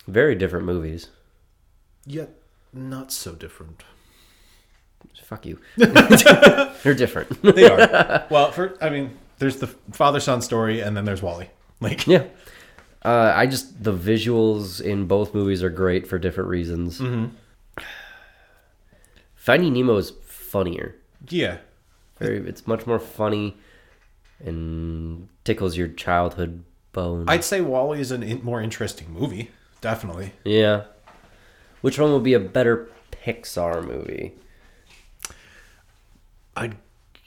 Speaker 2: Very different movies.
Speaker 1: Yet not so different.
Speaker 2: Fuck you. They're different.
Speaker 1: They are. well, for I mean, there's the father son story, and then there's Wally. Like,
Speaker 2: yeah. Uh, I just the visuals in both movies are great for different reasons.
Speaker 1: Mm-hmm.
Speaker 2: Finding Nemo is funnier.
Speaker 1: yeah,
Speaker 2: Very, it's much more funny and tickles your childhood bone.
Speaker 1: I'd say Wally is a in- more interesting movie. Definitely.
Speaker 2: yeah. Which one would be a better Pixar movie?
Speaker 1: I'd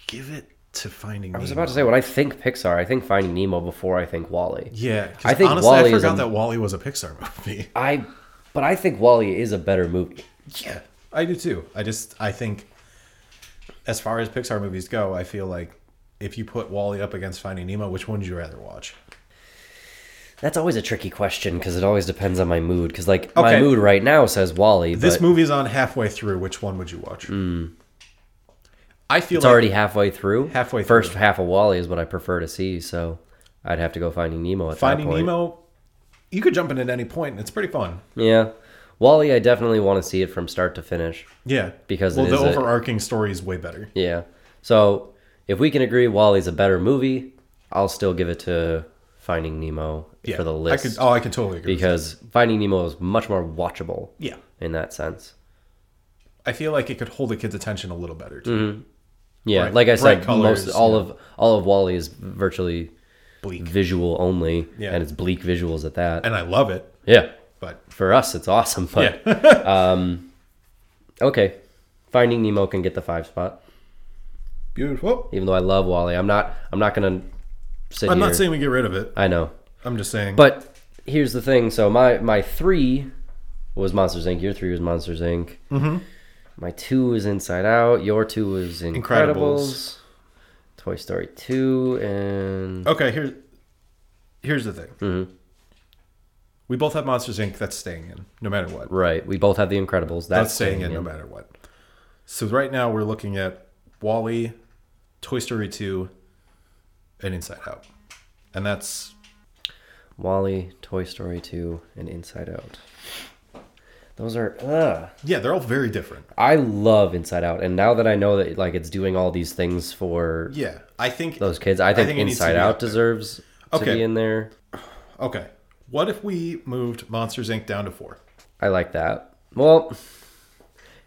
Speaker 1: give it to Finding.
Speaker 2: I was about to say when I think Pixar, I think Finding Nemo before I think Wally.
Speaker 1: Yeah, 'cause
Speaker 2: I think
Speaker 1: honestly,
Speaker 2: Wall-E
Speaker 1: I
Speaker 2: is
Speaker 1: forgot
Speaker 2: a-
Speaker 1: that Wally was a Pixar movie.
Speaker 2: I, but I think Wally is a better movie.
Speaker 1: Yeah, I do too. I just I think, as far as Pixar movies go, I feel like if you put Wally up against Finding Nemo, which one would you rather watch?
Speaker 2: That's always a tricky question because it always depends on my mood. Because like my
Speaker 1: Okay.
Speaker 2: mood right now says Wally, but
Speaker 1: This movie's on halfway through. Which one would you watch? I feel
Speaker 2: Hmm. it's
Speaker 1: like,
Speaker 2: already halfway through.
Speaker 1: Halfway
Speaker 2: first
Speaker 1: through.
Speaker 2: half of Wally is what I prefer to see. So I'd have to go Finding Nemo at
Speaker 1: Finding
Speaker 2: that point.
Speaker 1: Nemo. You could jump in at any point, and it's pretty fun.
Speaker 2: Yeah, Wally. I definitely want to see it from start to finish.
Speaker 1: Yeah,
Speaker 2: Because
Speaker 1: well,
Speaker 2: it
Speaker 1: the
Speaker 2: is a-
Speaker 1: overarching story is way better.
Speaker 2: Yeah. So if we can agree Wally's a better movie, I'll still give it to Finding Nemo
Speaker 1: Yeah,
Speaker 2: for the list.
Speaker 1: I could, oh, I could totally agree. with
Speaker 2: because Finding Nemo is much more watchable
Speaker 1: that. yeah,
Speaker 2: in that sense.
Speaker 1: I feel like it could hold a kid's attention a little better. Too.
Speaker 2: Mm-hmm. Yeah,
Speaker 1: Bright-
Speaker 2: like I said,
Speaker 1: bright colours,
Speaker 2: most all
Speaker 1: yeah.
Speaker 2: of all of Wally is virtually
Speaker 1: Bleak,
Speaker 2: visual only,
Speaker 1: Yeah.
Speaker 2: and it's bleak visuals at that.
Speaker 1: and I love it,
Speaker 2: yeah,
Speaker 1: but
Speaker 2: for us it's awesome. But
Speaker 1: yeah,
Speaker 2: okay, Finding Nemo can get the five spot,
Speaker 1: beautiful.
Speaker 2: even though I love Wally. I'm not. I'm not gonna sit
Speaker 1: I'm
Speaker 2: here.
Speaker 1: not saying we get rid of it.
Speaker 2: I know,
Speaker 1: I'm just saying.
Speaker 2: but here's the thing. So my my three was Monsters Inc. Your three was Monsters Inc. Mm-hmm. My two is Inside Out. Your two is Incredibles.
Speaker 1: Incredibles.
Speaker 2: Toy Story two and
Speaker 1: okay, here's here's the thing.
Speaker 2: Mm-hmm.
Speaker 1: We both have Monsters Inc. That's staying in, no matter what.
Speaker 2: Right. We both have the Incredibles. That's,
Speaker 1: That's staying in, no matter what. So right now we're looking at Wally, Toy Story two, and Inside Out, and that's
Speaker 2: Wally, Toy Story 2, and Inside Out. Those are. Ugh.
Speaker 1: yeah, they're all very different.
Speaker 2: I love Inside Out, and now that I know that like it's doing all these things for
Speaker 1: Yeah, I think
Speaker 2: those kids, I think,
Speaker 1: think it needs to
Speaker 2: Inside
Speaker 1: be
Speaker 2: Out
Speaker 1: up there.
Speaker 2: deserves to
Speaker 1: Okay.
Speaker 2: be in there.
Speaker 1: Okay. What if we moved Monsters Inc. down to four?
Speaker 2: I like that. Well,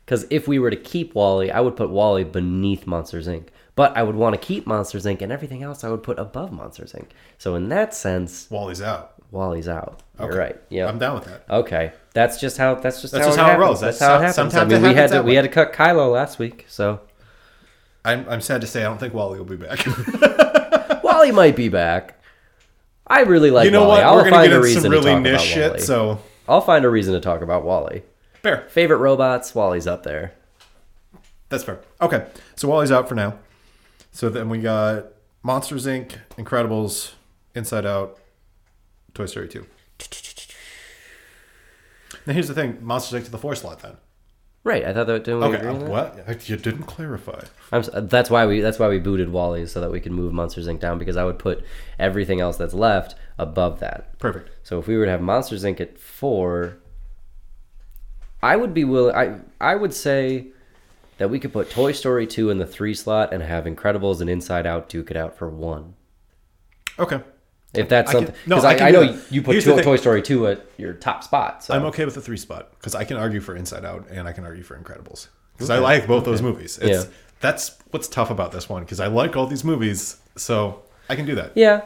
Speaker 2: because if we were to keep Wally, I would put Wally beneath Monsters Inc. But I would want to keep Monsters Inc. and everything else I would put above Monsters Inc. So in that sense,
Speaker 1: Wally's out.
Speaker 2: Wally's out. You're
Speaker 1: Okay.
Speaker 2: right. Yeah,
Speaker 1: I'm down with that.
Speaker 2: Okay, that's just how that's just
Speaker 1: That's
Speaker 2: how,
Speaker 1: just
Speaker 2: it
Speaker 1: how it
Speaker 2: happens.
Speaker 1: rolls.
Speaker 2: That's,
Speaker 1: That's
Speaker 2: how it
Speaker 1: how-
Speaker 2: happens.
Speaker 1: sometimes
Speaker 2: I mean,
Speaker 1: it
Speaker 2: we had
Speaker 1: happens
Speaker 2: to
Speaker 1: that
Speaker 2: we
Speaker 1: way.
Speaker 2: had to cut Kylo last week, so
Speaker 1: I'm, I'm sad to say I don't think Wally will be back.
Speaker 2: Wally might be back. I really like.
Speaker 1: you know
Speaker 2: Wally.
Speaker 1: what?
Speaker 2: I'll
Speaker 1: We're gonna
Speaker 2: find
Speaker 1: get
Speaker 2: a
Speaker 1: into
Speaker 2: reason
Speaker 1: some
Speaker 2: to
Speaker 1: really
Speaker 2: talk
Speaker 1: niche
Speaker 2: about
Speaker 1: shit.
Speaker 2: Wally.
Speaker 1: So
Speaker 2: I'll find a reason to talk about Wally.
Speaker 1: fair.
Speaker 2: Favorite robots? Wally's up there.
Speaker 1: That's fair. Okay. So Wally's out for now. So then we got Monsters Inc., Incredibles, Inside Out, Toy Story 2. Now here's the thing Monsters Inc. to the four slot then.
Speaker 2: Right. I thought that didn't we
Speaker 1: Okay.
Speaker 2: agree
Speaker 1: uh,
Speaker 2: on that?
Speaker 1: What? You didn't clarify.
Speaker 2: I'm, s- that's why we that's why we booted Wally so that we could move Monsters Inc. down because I would put everything else that's left above that.
Speaker 1: Perfect.
Speaker 2: So if we were to have Monsters Inc. at four, I would be willing. I I would say that we could put Toy Story two in the three slot and have Incredibles and Inside Out duke it out for one.
Speaker 1: Okay.
Speaker 2: If that's
Speaker 1: I can-
Speaker 2: something,
Speaker 1: no,
Speaker 2: because
Speaker 1: I
Speaker 2: I,
Speaker 1: can
Speaker 2: I,
Speaker 1: do
Speaker 2: know
Speaker 1: that.
Speaker 2: you put
Speaker 1: Here's the
Speaker 2: Toy,
Speaker 1: thing.
Speaker 2: Toy Story two at your top spot. So
Speaker 1: I'm okay with the three spot because I can argue for Inside Out and I can argue for Incredibles because I like both those movies. It's,
Speaker 2: Yeah.
Speaker 1: That's what's tough about this one because I like all these movies. So I can do that.
Speaker 2: yeah,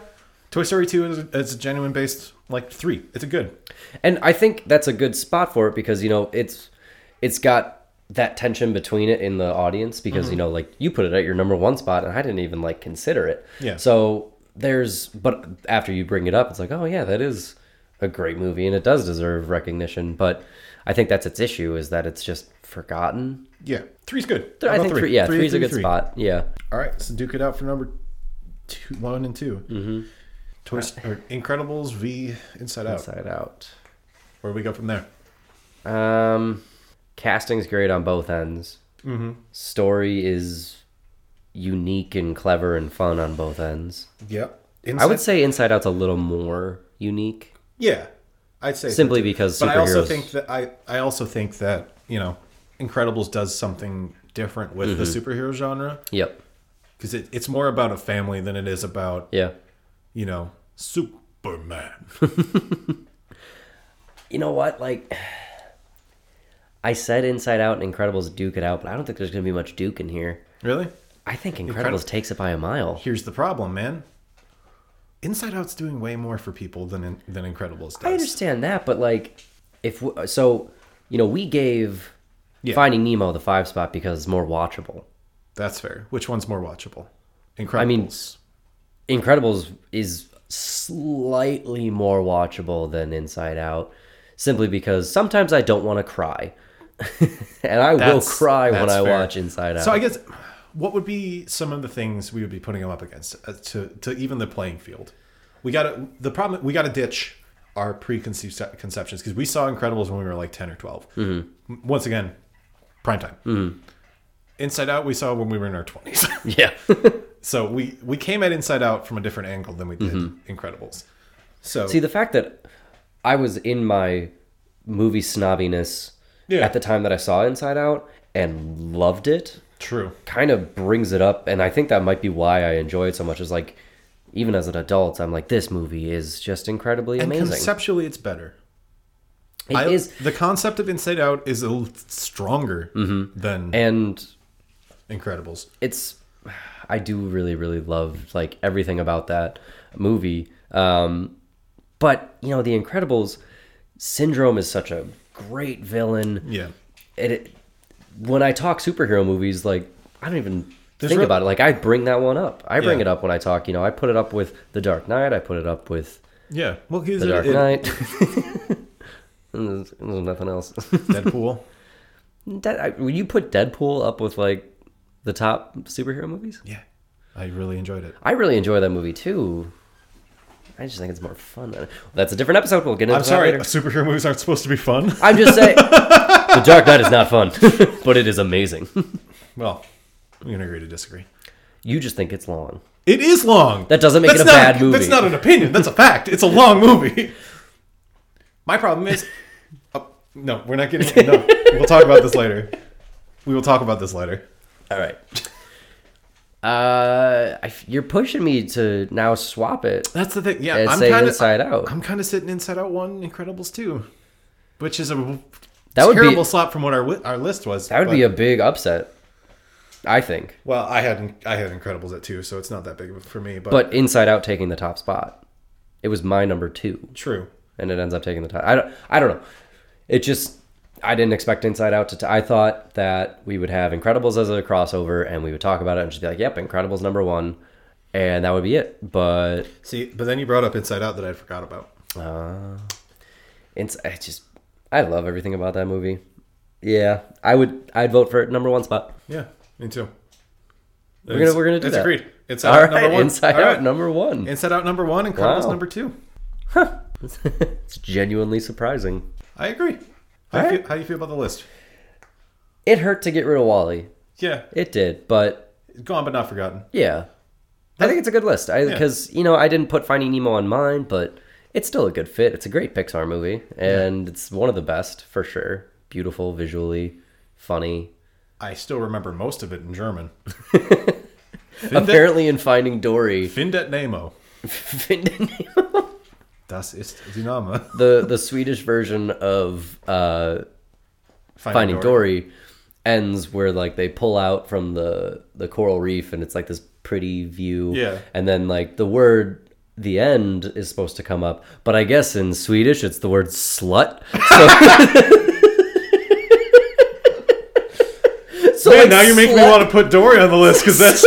Speaker 1: Toy Story 2 is a, is a genuine based, like, three. It's a good.
Speaker 2: and I think that's a good spot for it because you know it's it's got that tension between it in the audience because
Speaker 1: Mm-hmm.
Speaker 2: you know like you put it at your number one spot and I didn't even like consider it.
Speaker 1: Yeah.
Speaker 2: So there's but after you bring it up, it's like oh yeah, that is a great movie and it does deserve recognition. But I think that's its issue is that it's just forgotten.
Speaker 1: Yeah, three's good. How
Speaker 2: I
Speaker 1: about
Speaker 2: think three, yeah,
Speaker 1: Three-
Speaker 2: three's a
Speaker 1: three-
Speaker 2: good
Speaker 1: three.
Speaker 2: spot. Yeah.
Speaker 1: All right, so duke it out for number two, one and 2 Mm-hmm. Toy S- or Incredibles v Inside Out.
Speaker 2: Uh, Inside out.
Speaker 1: Where do we go from there?
Speaker 2: Um, casting's great on both ends. Mm-hmm. Story is unique and clever and fun on both ends.
Speaker 1: Yep.
Speaker 2: I would say Inside Out's a little more unique,
Speaker 1: Yeah, I'd say.
Speaker 2: simply because
Speaker 1: but
Speaker 2: superheroes.
Speaker 1: I also think that I, I also think that you know, Incredibles does something different with the
Speaker 2: Mm-hmm.
Speaker 1: superhero genre
Speaker 2: Yep.
Speaker 1: because it, it's more about a family than it is about
Speaker 2: Yeah.
Speaker 1: you know Superman.
Speaker 2: You know what? Like, I said Inside Out and Incredibles duke it out, but I don't think there's going to be much duke in here.
Speaker 1: really?
Speaker 2: I think Incredibles
Speaker 1: Incredible-
Speaker 2: takes it by a mile.
Speaker 1: Here's the problem, man. Inside Out's doing way more for people than in, than Incredibles does.
Speaker 2: I understand that, but like, if w so, you know, we gave
Speaker 1: Yeah.
Speaker 2: Finding Nemo the five spot because it's more watchable.
Speaker 1: That's fair. Which one's more watchable? Incredibles.
Speaker 2: mean- Incredibles is slightly more watchable than Inside Out, simply because sometimes I don't want to cry, and I will
Speaker 1: That's-
Speaker 2: cry when
Speaker 1: that's
Speaker 2: I
Speaker 1: fair.
Speaker 2: watch Inside Out.
Speaker 1: So I guess what would be some of the things we would be putting them up against uh, to to even the playing field? We got to the problem. We got to ditch our preconceived se- conceptions because we saw Incredibles when we were like ten or 12 M-
Speaker 2: Mm-hmm.
Speaker 1: Once again, prime time. Inside Out we saw when we were in our twenties.
Speaker 2: yeah,
Speaker 1: so we we came at Inside Out from a different angle than we did Incredibles. So
Speaker 2: Mm-hmm. see the fact that I was in my movie snobbiness
Speaker 1: Yeah.
Speaker 2: at the time that I saw Inside Out and loved it.
Speaker 1: true.
Speaker 2: kind of brings it up and i think that might be why i enjoy it so much is like even as an adult i'm like this movie is just incredibly
Speaker 1: And
Speaker 2: amazing
Speaker 1: conceptually, it's better.
Speaker 2: It
Speaker 1: I-
Speaker 2: is-
Speaker 1: the concept of Inside Out is a l- stronger than
Speaker 2: Mm-hmm. and
Speaker 1: Incredibles.
Speaker 2: it's i do really really love like everything about that movie um but you know the incredibles syndrome is such a great villain
Speaker 1: Yeah.
Speaker 2: it, it when I talk superhero movies, like I don't even
Speaker 1: There's
Speaker 2: think
Speaker 1: real-
Speaker 2: about it. Like I bring that one up. I bring
Speaker 1: Yeah.
Speaker 2: it up when I talk. You know, I put it up with The Dark Knight. I put it up with
Speaker 1: Yeah. Well, because
Speaker 2: The Dark
Speaker 1: it,
Speaker 2: Knight. And there's- there's nothing else.
Speaker 1: Deadpool.
Speaker 2: Dead, I, would you put Deadpool up with like the top superhero movies?
Speaker 1: yeah. I really enjoyed it.
Speaker 2: I really enjoy that movie too. I just think it's more fun. than- That's a different episode. We'll get into
Speaker 1: I'm
Speaker 2: that
Speaker 1: sorry,
Speaker 2: later.
Speaker 1: superhero movies aren't supposed to be fun.
Speaker 2: I'm just saying, The Dark Knight is not fun, but it is amazing.
Speaker 1: Well, we can agree to disagree.
Speaker 2: You just think it's long.
Speaker 1: It is long.
Speaker 2: That doesn't make it a
Speaker 1: not,
Speaker 2: bad movie.
Speaker 1: That's not an opinion. That's a fact. It's a long movie. My problem is, oh, no, we're not getting. No, we'll talk about this later. We will talk about this later.
Speaker 2: All right. Uh, I f- you're pushing me to now swap it
Speaker 1: That's the thing. Yeah,
Speaker 2: and
Speaker 1: I'm
Speaker 2: say
Speaker 1: kind of.
Speaker 2: Inside Out.
Speaker 1: I'm kind of sitting inside out one, Incredibles two, which is a
Speaker 2: That would be-
Speaker 1: terrible slot from what our wi- our list was.
Speaker 2: that would be a big upset, I think.
Speaker 1: Well, I had I had Incredibles at two, so it's not that big of a- for me. But,
Speaker 2: But Inside Out taking the top spot, it was my number two,
Speaker 1: true,
Speaker 2: and it ends up taking the top. I don't. I don't know. It just I didn't expect Inside Out to. T- I thought that we would have Incredibles as a crossover, and we would talk about it and just be like, "Yep, Incredibles number one," and that would be it. But
Speaker 1: see, but then you brought up Inside Out that I forgot about.
Speaker 2: It's uh, I just I love everything about that movie. Yeah, I would I'd vote for it number one spot.
Speaker 1: Yeah, me too. We're
Speaker 2: gonna- we're gonna do
Speaker 1: it's
Speaker 2: that.
Speaker 1: agreed. Inside
Speaker 2: All
Speaker 1: Out
Speaker 2: right,
Speaker 1: number one.
Speaker 2: Inside
Speaker 1: All
Speaker 2: Out
Speaker 1: right.
Speaker 2: number one.
Speaker 1: Inside Out number one, Incredibles
Speaker 2: Wow.
Speaker 1: number two.
Speaker 2: it's genuinely surprising.
Speaker 1: I agree. How, do
Speaker 2: All
Speaker 1: you
Speaker 2: right.
Speaker 1: feel, how do you feel about the list?
Speaker 2: It hurt to get rid of Wally.
Speaker 1: Yeah,
Speaker 2: It did, but
Speaker 1: gone but not forgotten.
Speaker 2: yeah, I think it's a good list. I because you know I didn't put Finding Nemo on mine, but it's still a good fit. It's a great Pixar movie, and it's one of the best for sure. Beautiful visually, funny.
Speaker 1: I still remember most of it in German.
Speaker 2: Apparently, in Finding Dory,
Speaker 1: Findet Nemo.
Speaker 2: Finding
Speaker 1: Das ist Dynamo.
Speaker 2: the the Swedish version of uh, Finding Dory. ends where like they pull out from the the coral reef and it's like this pretty view.
Speaker 1: Yeah.
Speaker 2: And then like the word the end is supposed to come up, but I guess in Swedish it's the word slut. So, so
Speaker 1: Man,
Speaker 2: like,
Speaker 1: now you're making me
Speaker 2: slut-
Speaker 1: want to put Dory on the list because that's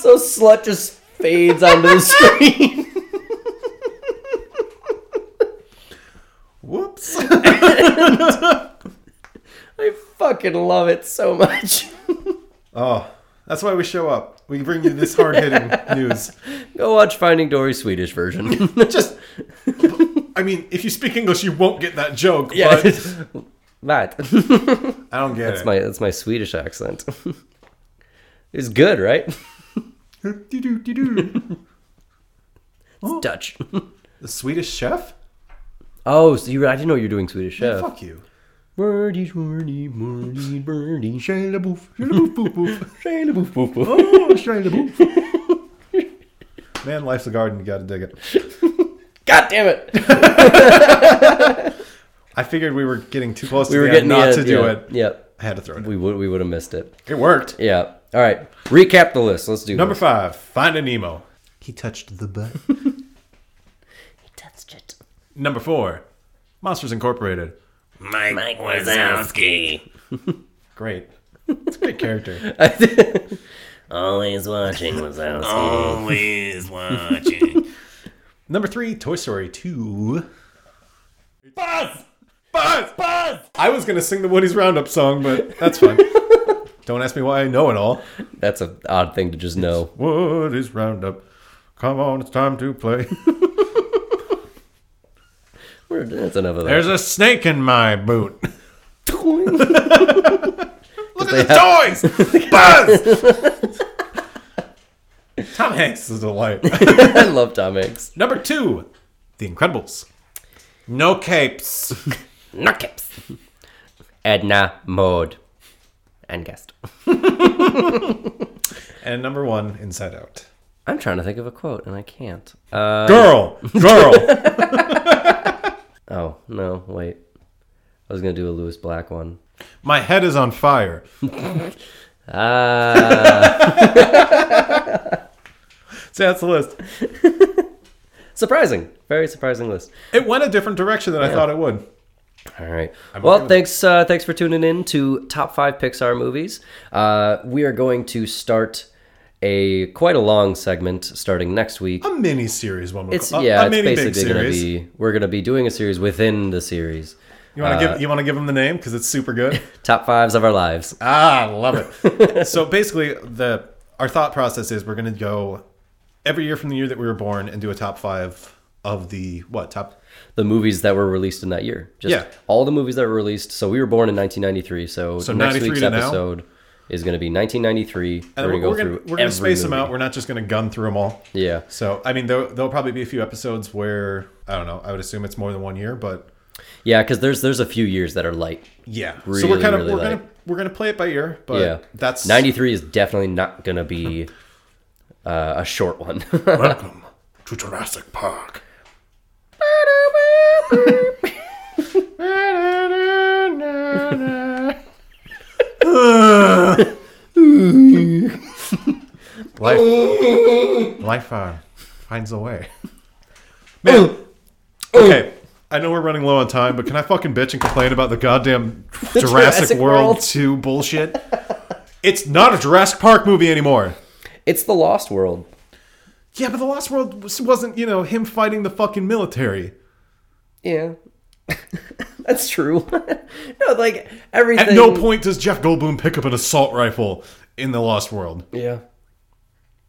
Speaker 2: so slut just fades onto the screen.
Speaker 1: whoops.
Speaker 2: I fucking love it so much.
Speaker 1: Oh, that's why we show up. We bring you this hard hitting news.
Speaker 2: Go watch Finding Dory Swedish version.
Speaker 1: Just, I mean, if you speak English, you won't get that joke.
Speaker 2: Yeah.
Speaker 1: but
Speaker 2: That.
Speaker 1: I don't get
Speaker 2: That's
Speaker 1: it.
Speaker 2: my that's my Swedish accent. It's good, right?
Speaker 1: Doo-doo, doo-doo.
Speaker 2: It's Dutch.
Speaker 1: the Swedish Chef?
Speaker 2: oh, so you I didn't know you were doing Swedish chef.
Speaker 1: Fuck you.
Speaker 2: Birdie, birdie, birdie, birdie.
Speaker 1: Shane LaBeouf. Shane LaBeouf, boof, boof.
Speaker 2: Shane LaBeouf, boof, boof.
Speaker 1: Oh, Shane LaBeouf. Man, life's a garden. You gotta dig it.
Speaker 2: God damn it!
Speaker 1: I figured we were getting too close
Speaker 2: We
Speaker 1: to
Speaker 2: were
Speaker 1: the
Speaker 2: getting
Speaker 1: end not
Speaker 2: the,
Speaker 1: to do
Speaker 2: yeah,
Speaker 1: it.
Speaker 2: Yep.
Speaker 1: I had to throw it. in.
Speaker 2: We would we would have missed it.
Speaker 1: It worked.
Speaker 2: Yeah. All right. Recap the list. Let's do
Speaker 1: Number
Speaker 2: this.
Speaker 1: five, Finding Nemo. He touched the butt.
Speaker 2: touched it.
Speaker 1: Number four, Monsters Incorporated.
Speaker 3: Mike, Mike Wazowski.
Speaker 1: Great. It's a great character.
Speaker 3: Always watching Wazowski. Always watching.
Speaker 1: Number three, Toy Story 2.
Speaker 3: Buzz!
Speaker 1: Buzz!
Speaker 3: Buzz!
Speaker 1: I was going to sing the Woody's Roundup song, but that's fine. Don't ask me why I know it all.
Speaker 2: That's an odd thing to just know.
Speaker 1: Woody's Roundup. Come on, it's time to play.
Speaker 2: We're- That's enough of that.
Speaker 1: There's a snake in my boot. Look at the toys! Buzz! Tom Hanks is a delight.
Speaker 2: I love Tom Hanks.
Speaker 1: Number two, The Incredibles. No capes.
Speaker 2: Nuggets. Edna Mode. And guest.
Speaker 1: and number one, Inside Out.
Speaker 2: I'm trying to think of a quote and I can't. Uh,
Speaker 1: Girl! Girl!
Speaker 2: oh, no, wait. I was going to do a Lewis Black one.
Speaker 1: My head is on fire.
Speaker 2: Uh,
Speaker 1: So that's the list.
Speaker 2: surprising. Very surprising list.
Speaker 1: It went a different direction than I thought it would.
Speaker 2: All right.
Speaker 1: okay
Speaker 2: well,
Speaker 1: with
Speaker 2: thanks. Uh, thanks for tuning in to top five Pixar movies. Uh, we are going to start a quite a long segment starting next week.
Speaker 1: A mini series one. would
Speaker 2: It's
Speaker 1: call- a,
Speaker 2: yeah,
Speaker 1: a
Speaker 2: it's
Speaker 1: mini big
Speaker 2: basically going to
Speaker 1: series.
Speaker 2: be we're going to be doing a series within the series.
Speaker 1: you want
Speaker 2: uh,
Speaker 1: to give you want to give them the name because it's super good.
Speaker 2: Top fives of our lives.
Speaker 1: ah, love it. so basically, the our thought process is we're going to go every year from the year that we were born and do a top five of the what top
Speaker 2: The movies that were released in that year. Just
Speaker 1: Yeah.
Speaker 2: all the movies that were released. So we were born in 1993. So,
Speaker 1: So
Speaker 2: next
Speaker 1: 93
Speaker 2: week's
Speaker 1: to now?
Speaker 2: episode is going to be 1993.
Speaker 1: And
Speaker 2: we're
Speaker 1: we're,
Speaker 2: going to go
Speaker 1: we're gonna,
Speaker 2: through.
Speaker 1: we're gonna
Speaker 2: every
Speaker 1: space them
Speaker 2: movie.
Speaker 1: out. We're not just gonna gun through them all.
Speaker 2: Yeah.
Speaker 1: So I mean, there, there'll probably be a few episodes where I don't know. I would assume it's more than one year, but
Speaker 2: Yeah, because there's there's a few years that are light.
Speaker 1: yeah. so we're
Speaker 2: Really,
Speaker 1: kind of
Speaker 2: really
Speaker 1: we're
Speaker 2: like-
Speaker 1: gonna we're gonna play it by ear, but
Speaker 2: yeah,
Speaker 1: that's
Speaker 2: 93 is definitely not gonna be uh, a short one.
Speaker 1: Welcome to Jurassic Park. life, life uh, finds a way. Man, okay. I know we're running low on time, but can I fucking bitch and complain about the goddamn Jurassic,
Speaker 2: Jurassic
Speaker 1: World,
Speaker 2: World.
Speaker 1: 2 bullshit? it's not a Jurassic Park movie anymore.
Speaker 2: it's the Lost World.
Speaker 1: Yeah, but The Lost World was- wasn't, you know, him fighting the fucking military.
Speaker 2: Yeah, that's true. no, like everything.
Speaker 1: At no point does Jeff Goldblum pick up an assault rifle in The Lost World.
Speaker 2: Yeah,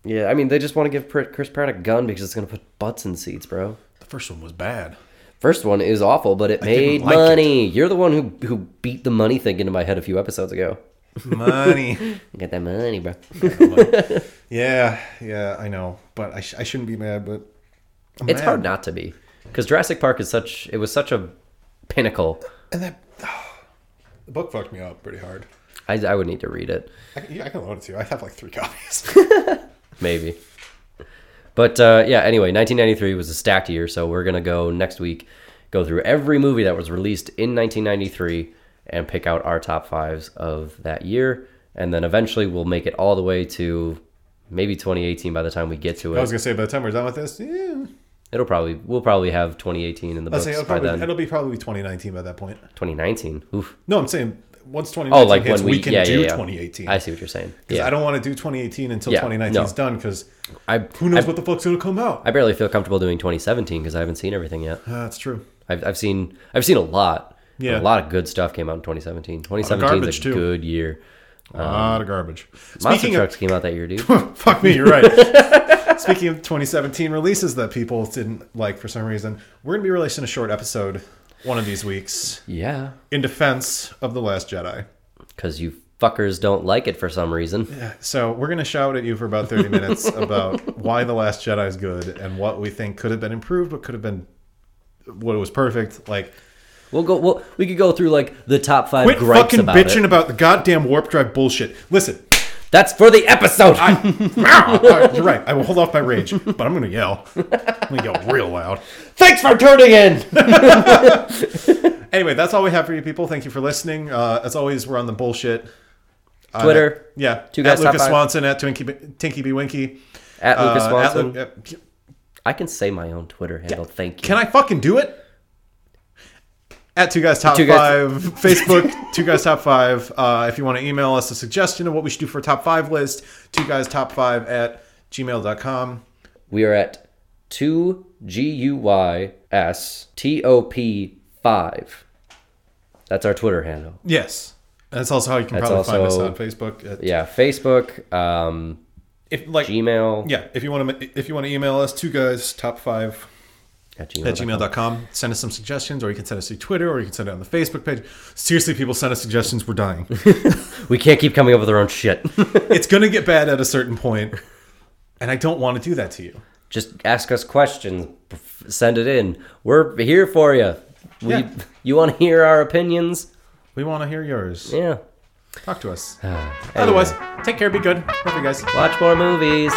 Speaker 2: yeah. I mean, they just want to give Pr- Chris Pratt a gun because it's gonna put butts in seats, bro.
Speaker 1: The first one was bad.
Speaker 2: First one is awful, but it made
Speaker 1: like it.
Speaker 2: money. You're the one who who beat the money thing into my head a few episodes ago.
Speaker 1: Money.
Speaker 2: Get that money, bro.
Speaker 1: Oh, yeah, yeah, I know. But I, sh- I shouldn't be mad, but. I'm
Speaker 2: It's
Speaker 1: mad.
Speaker 2: hard not to be, because Jurassic Park is such. It was such a pinnacle.
Speaker 1: And that. the book fucked me up pretty hard.
Speaker 2: I, I would need to read it,
Speaker 1: I, can- yeah, I can loan it to you. I have like three copies.
Speaker 2: maybe. But uh, yeah, anyway, 1993 was a stacked year, so we're gonna go next week, go through every movie that was released in 1993, and pick out our top fives of that year, and then eventually we'll make it all the way to maybe 2018 by the time we get to
Speaker 1: I was
Speaker 2: it.
Speaker 1: going to say, by the time we're done with this, yeah.
Speaker 2: It'll probably we'll probably have 2018 in the
Speaker 1: I'll
Speaker 2: books
Speaker 1: say it'll
Speaker 2: by
Speaker 1: probably,
Speaker 2: then.
Speaker 1: it'll be probably 2019 by that point.
Speaker 2: 2019. Oof.
Speaker 1: No, I'm saying once 2019
Speaker 2: Oh, like
Speaker 1: hits,
Speaker 2: when we,
Speaker 1: we, can
Speaker 2: yeah,
Speaker 1: do
Speaker 2: yeah, yeah.
Speaker 1: 2018.
Speaker 2: I see what you're saying.
Speaker 1: 'Cause
Speaker 2: Yeah,
Speaker 1: I don't want to do 2018 until
Speaker 2: Yeah,
Speaker 1: 2019 is
Speaker 2: no.
Speaker 1: done because
Speaker 2: I,
Speaker 1: who knows
Speaker 2: I,
Speaker 1: what the fuck's going to come out.
Speaker 2: I barely feel comfortable doing 2017 because I haven't seen everything yet.
Speaker 1: Uh, that's true.
Speaker 2: I've, I've seen I've seen a lot. but
Speaker 1: Yeah.
Speaker 2: a lot of good stuff came out in 2017. 2017
Speaker 1: garbage,
Speaker 2: is a
Speaker 1: too.
Speaker 2: good year.
Speaker 1: A
Speaker 2: Um,
Speaker 1: lot of garbage.
Speaker 2: Monster
Speaker 1: Speaking of,
Speaker 2: Trucks came out that year, dude.
Speaker 1: fuck me, you're right. Speaking of 2017 releases that people didn't like for some reason, we're gonna be releasing a short episode one of these weeks
Speaker 2: yeah,
Speaker 1: in defense of the Last Jedi.
Speaker 2: because you fuckers don't like it for some reason.
Speaker 1: So we're gonna shout at you for about thirty minutes about why the Last Jedi is good and what we think could have been improved, what could have been, what was perfect. Like,
Speaker 2: We'll go. We'll, we could go through like the top five
Speaker 1: quit
Speaker 2: gripes
Speaker 1: fucking
Speaker 2: about
Speaker 1: bitching
Speaker 2: it.
Speaker 1: about the goddamn warp drive bullshit. Listen,
Speaker 2: That's for the episode.
Speaker 1: I, you're right. I will hold off my rage, but I'm gonna yell. I'm gonna yell real loud.
Speaker 2: Thanks for turning in.
Speaker 1: Anyway, that's all we have for you people. Thank you for listening. Uh, as always, we're on the bullshit. I'm
Speaker 2: Twitter.
Speaker 1: at- yeah.
Speaker 2: Two guys
Speaker 1: at
Speaker 2: top
Speaker 1: Lucas
Speaker 2: five.
Speaker 1: Swanson at Twinkie, Tinky Bee Winky.
Speaker 2: At Lucas
Speaker 1: Uh, at
Speaker 2: Swanson.
Speaker 1: Lu- uh,
Speaker 2: I can say my own Twitter handle. Thank you.
Speaker 1: Can I fucking do it? At Two Guys Top
Speaker 2: Two Guys-
Speaker 1: Five, Facebook, Two Guys Top Five. Uh, if you want to email us a suggestion of what we should do for a top five list, Two Guys Top Five at gmail.com.
Speaker 2: we are at two G U Y S T O P five. That's our Twitter handle.
Speaker 1: Yes. And that's also how you can
Speaker 2: That's
Speaker 1: probably find us
Speaker 2: also-
Speaker 1: on Facebook. Uh,
Speaker 2: Yeah, Facebook, um,
Speaker 1: If like,
Speaker 2: Gmail.
Speaker 1: yeah, if you want to, if you want to email us, Two Guys Top Five
Speaker 2: At Gmail.
Speaker 1: at gmail.com. Send us some suggestions, or you can send us to Twitter, or you can send it on the Facebook page. Seriously, people send us suggestions. We're dying.
Speaker 2: We can't keep coming up with our own shit.
Speaker 1: it's gonna get bad at a certain point, and I don't want to do that to you.
Speaker 2: Just ask us questions. F- Send it in. We're here for you. We,
Speaker 1: Yeah.
Speaker 2: You want to hear our opinions?
Speaker 1: We want to hear yours.
Speaker 2: Yeah.
Speaker 1: Talk to us.
Speaker 2: Anyway,
Speaker 1: Otherwise, take care, be good. Love you guys.
Speaker 2: watch more movies.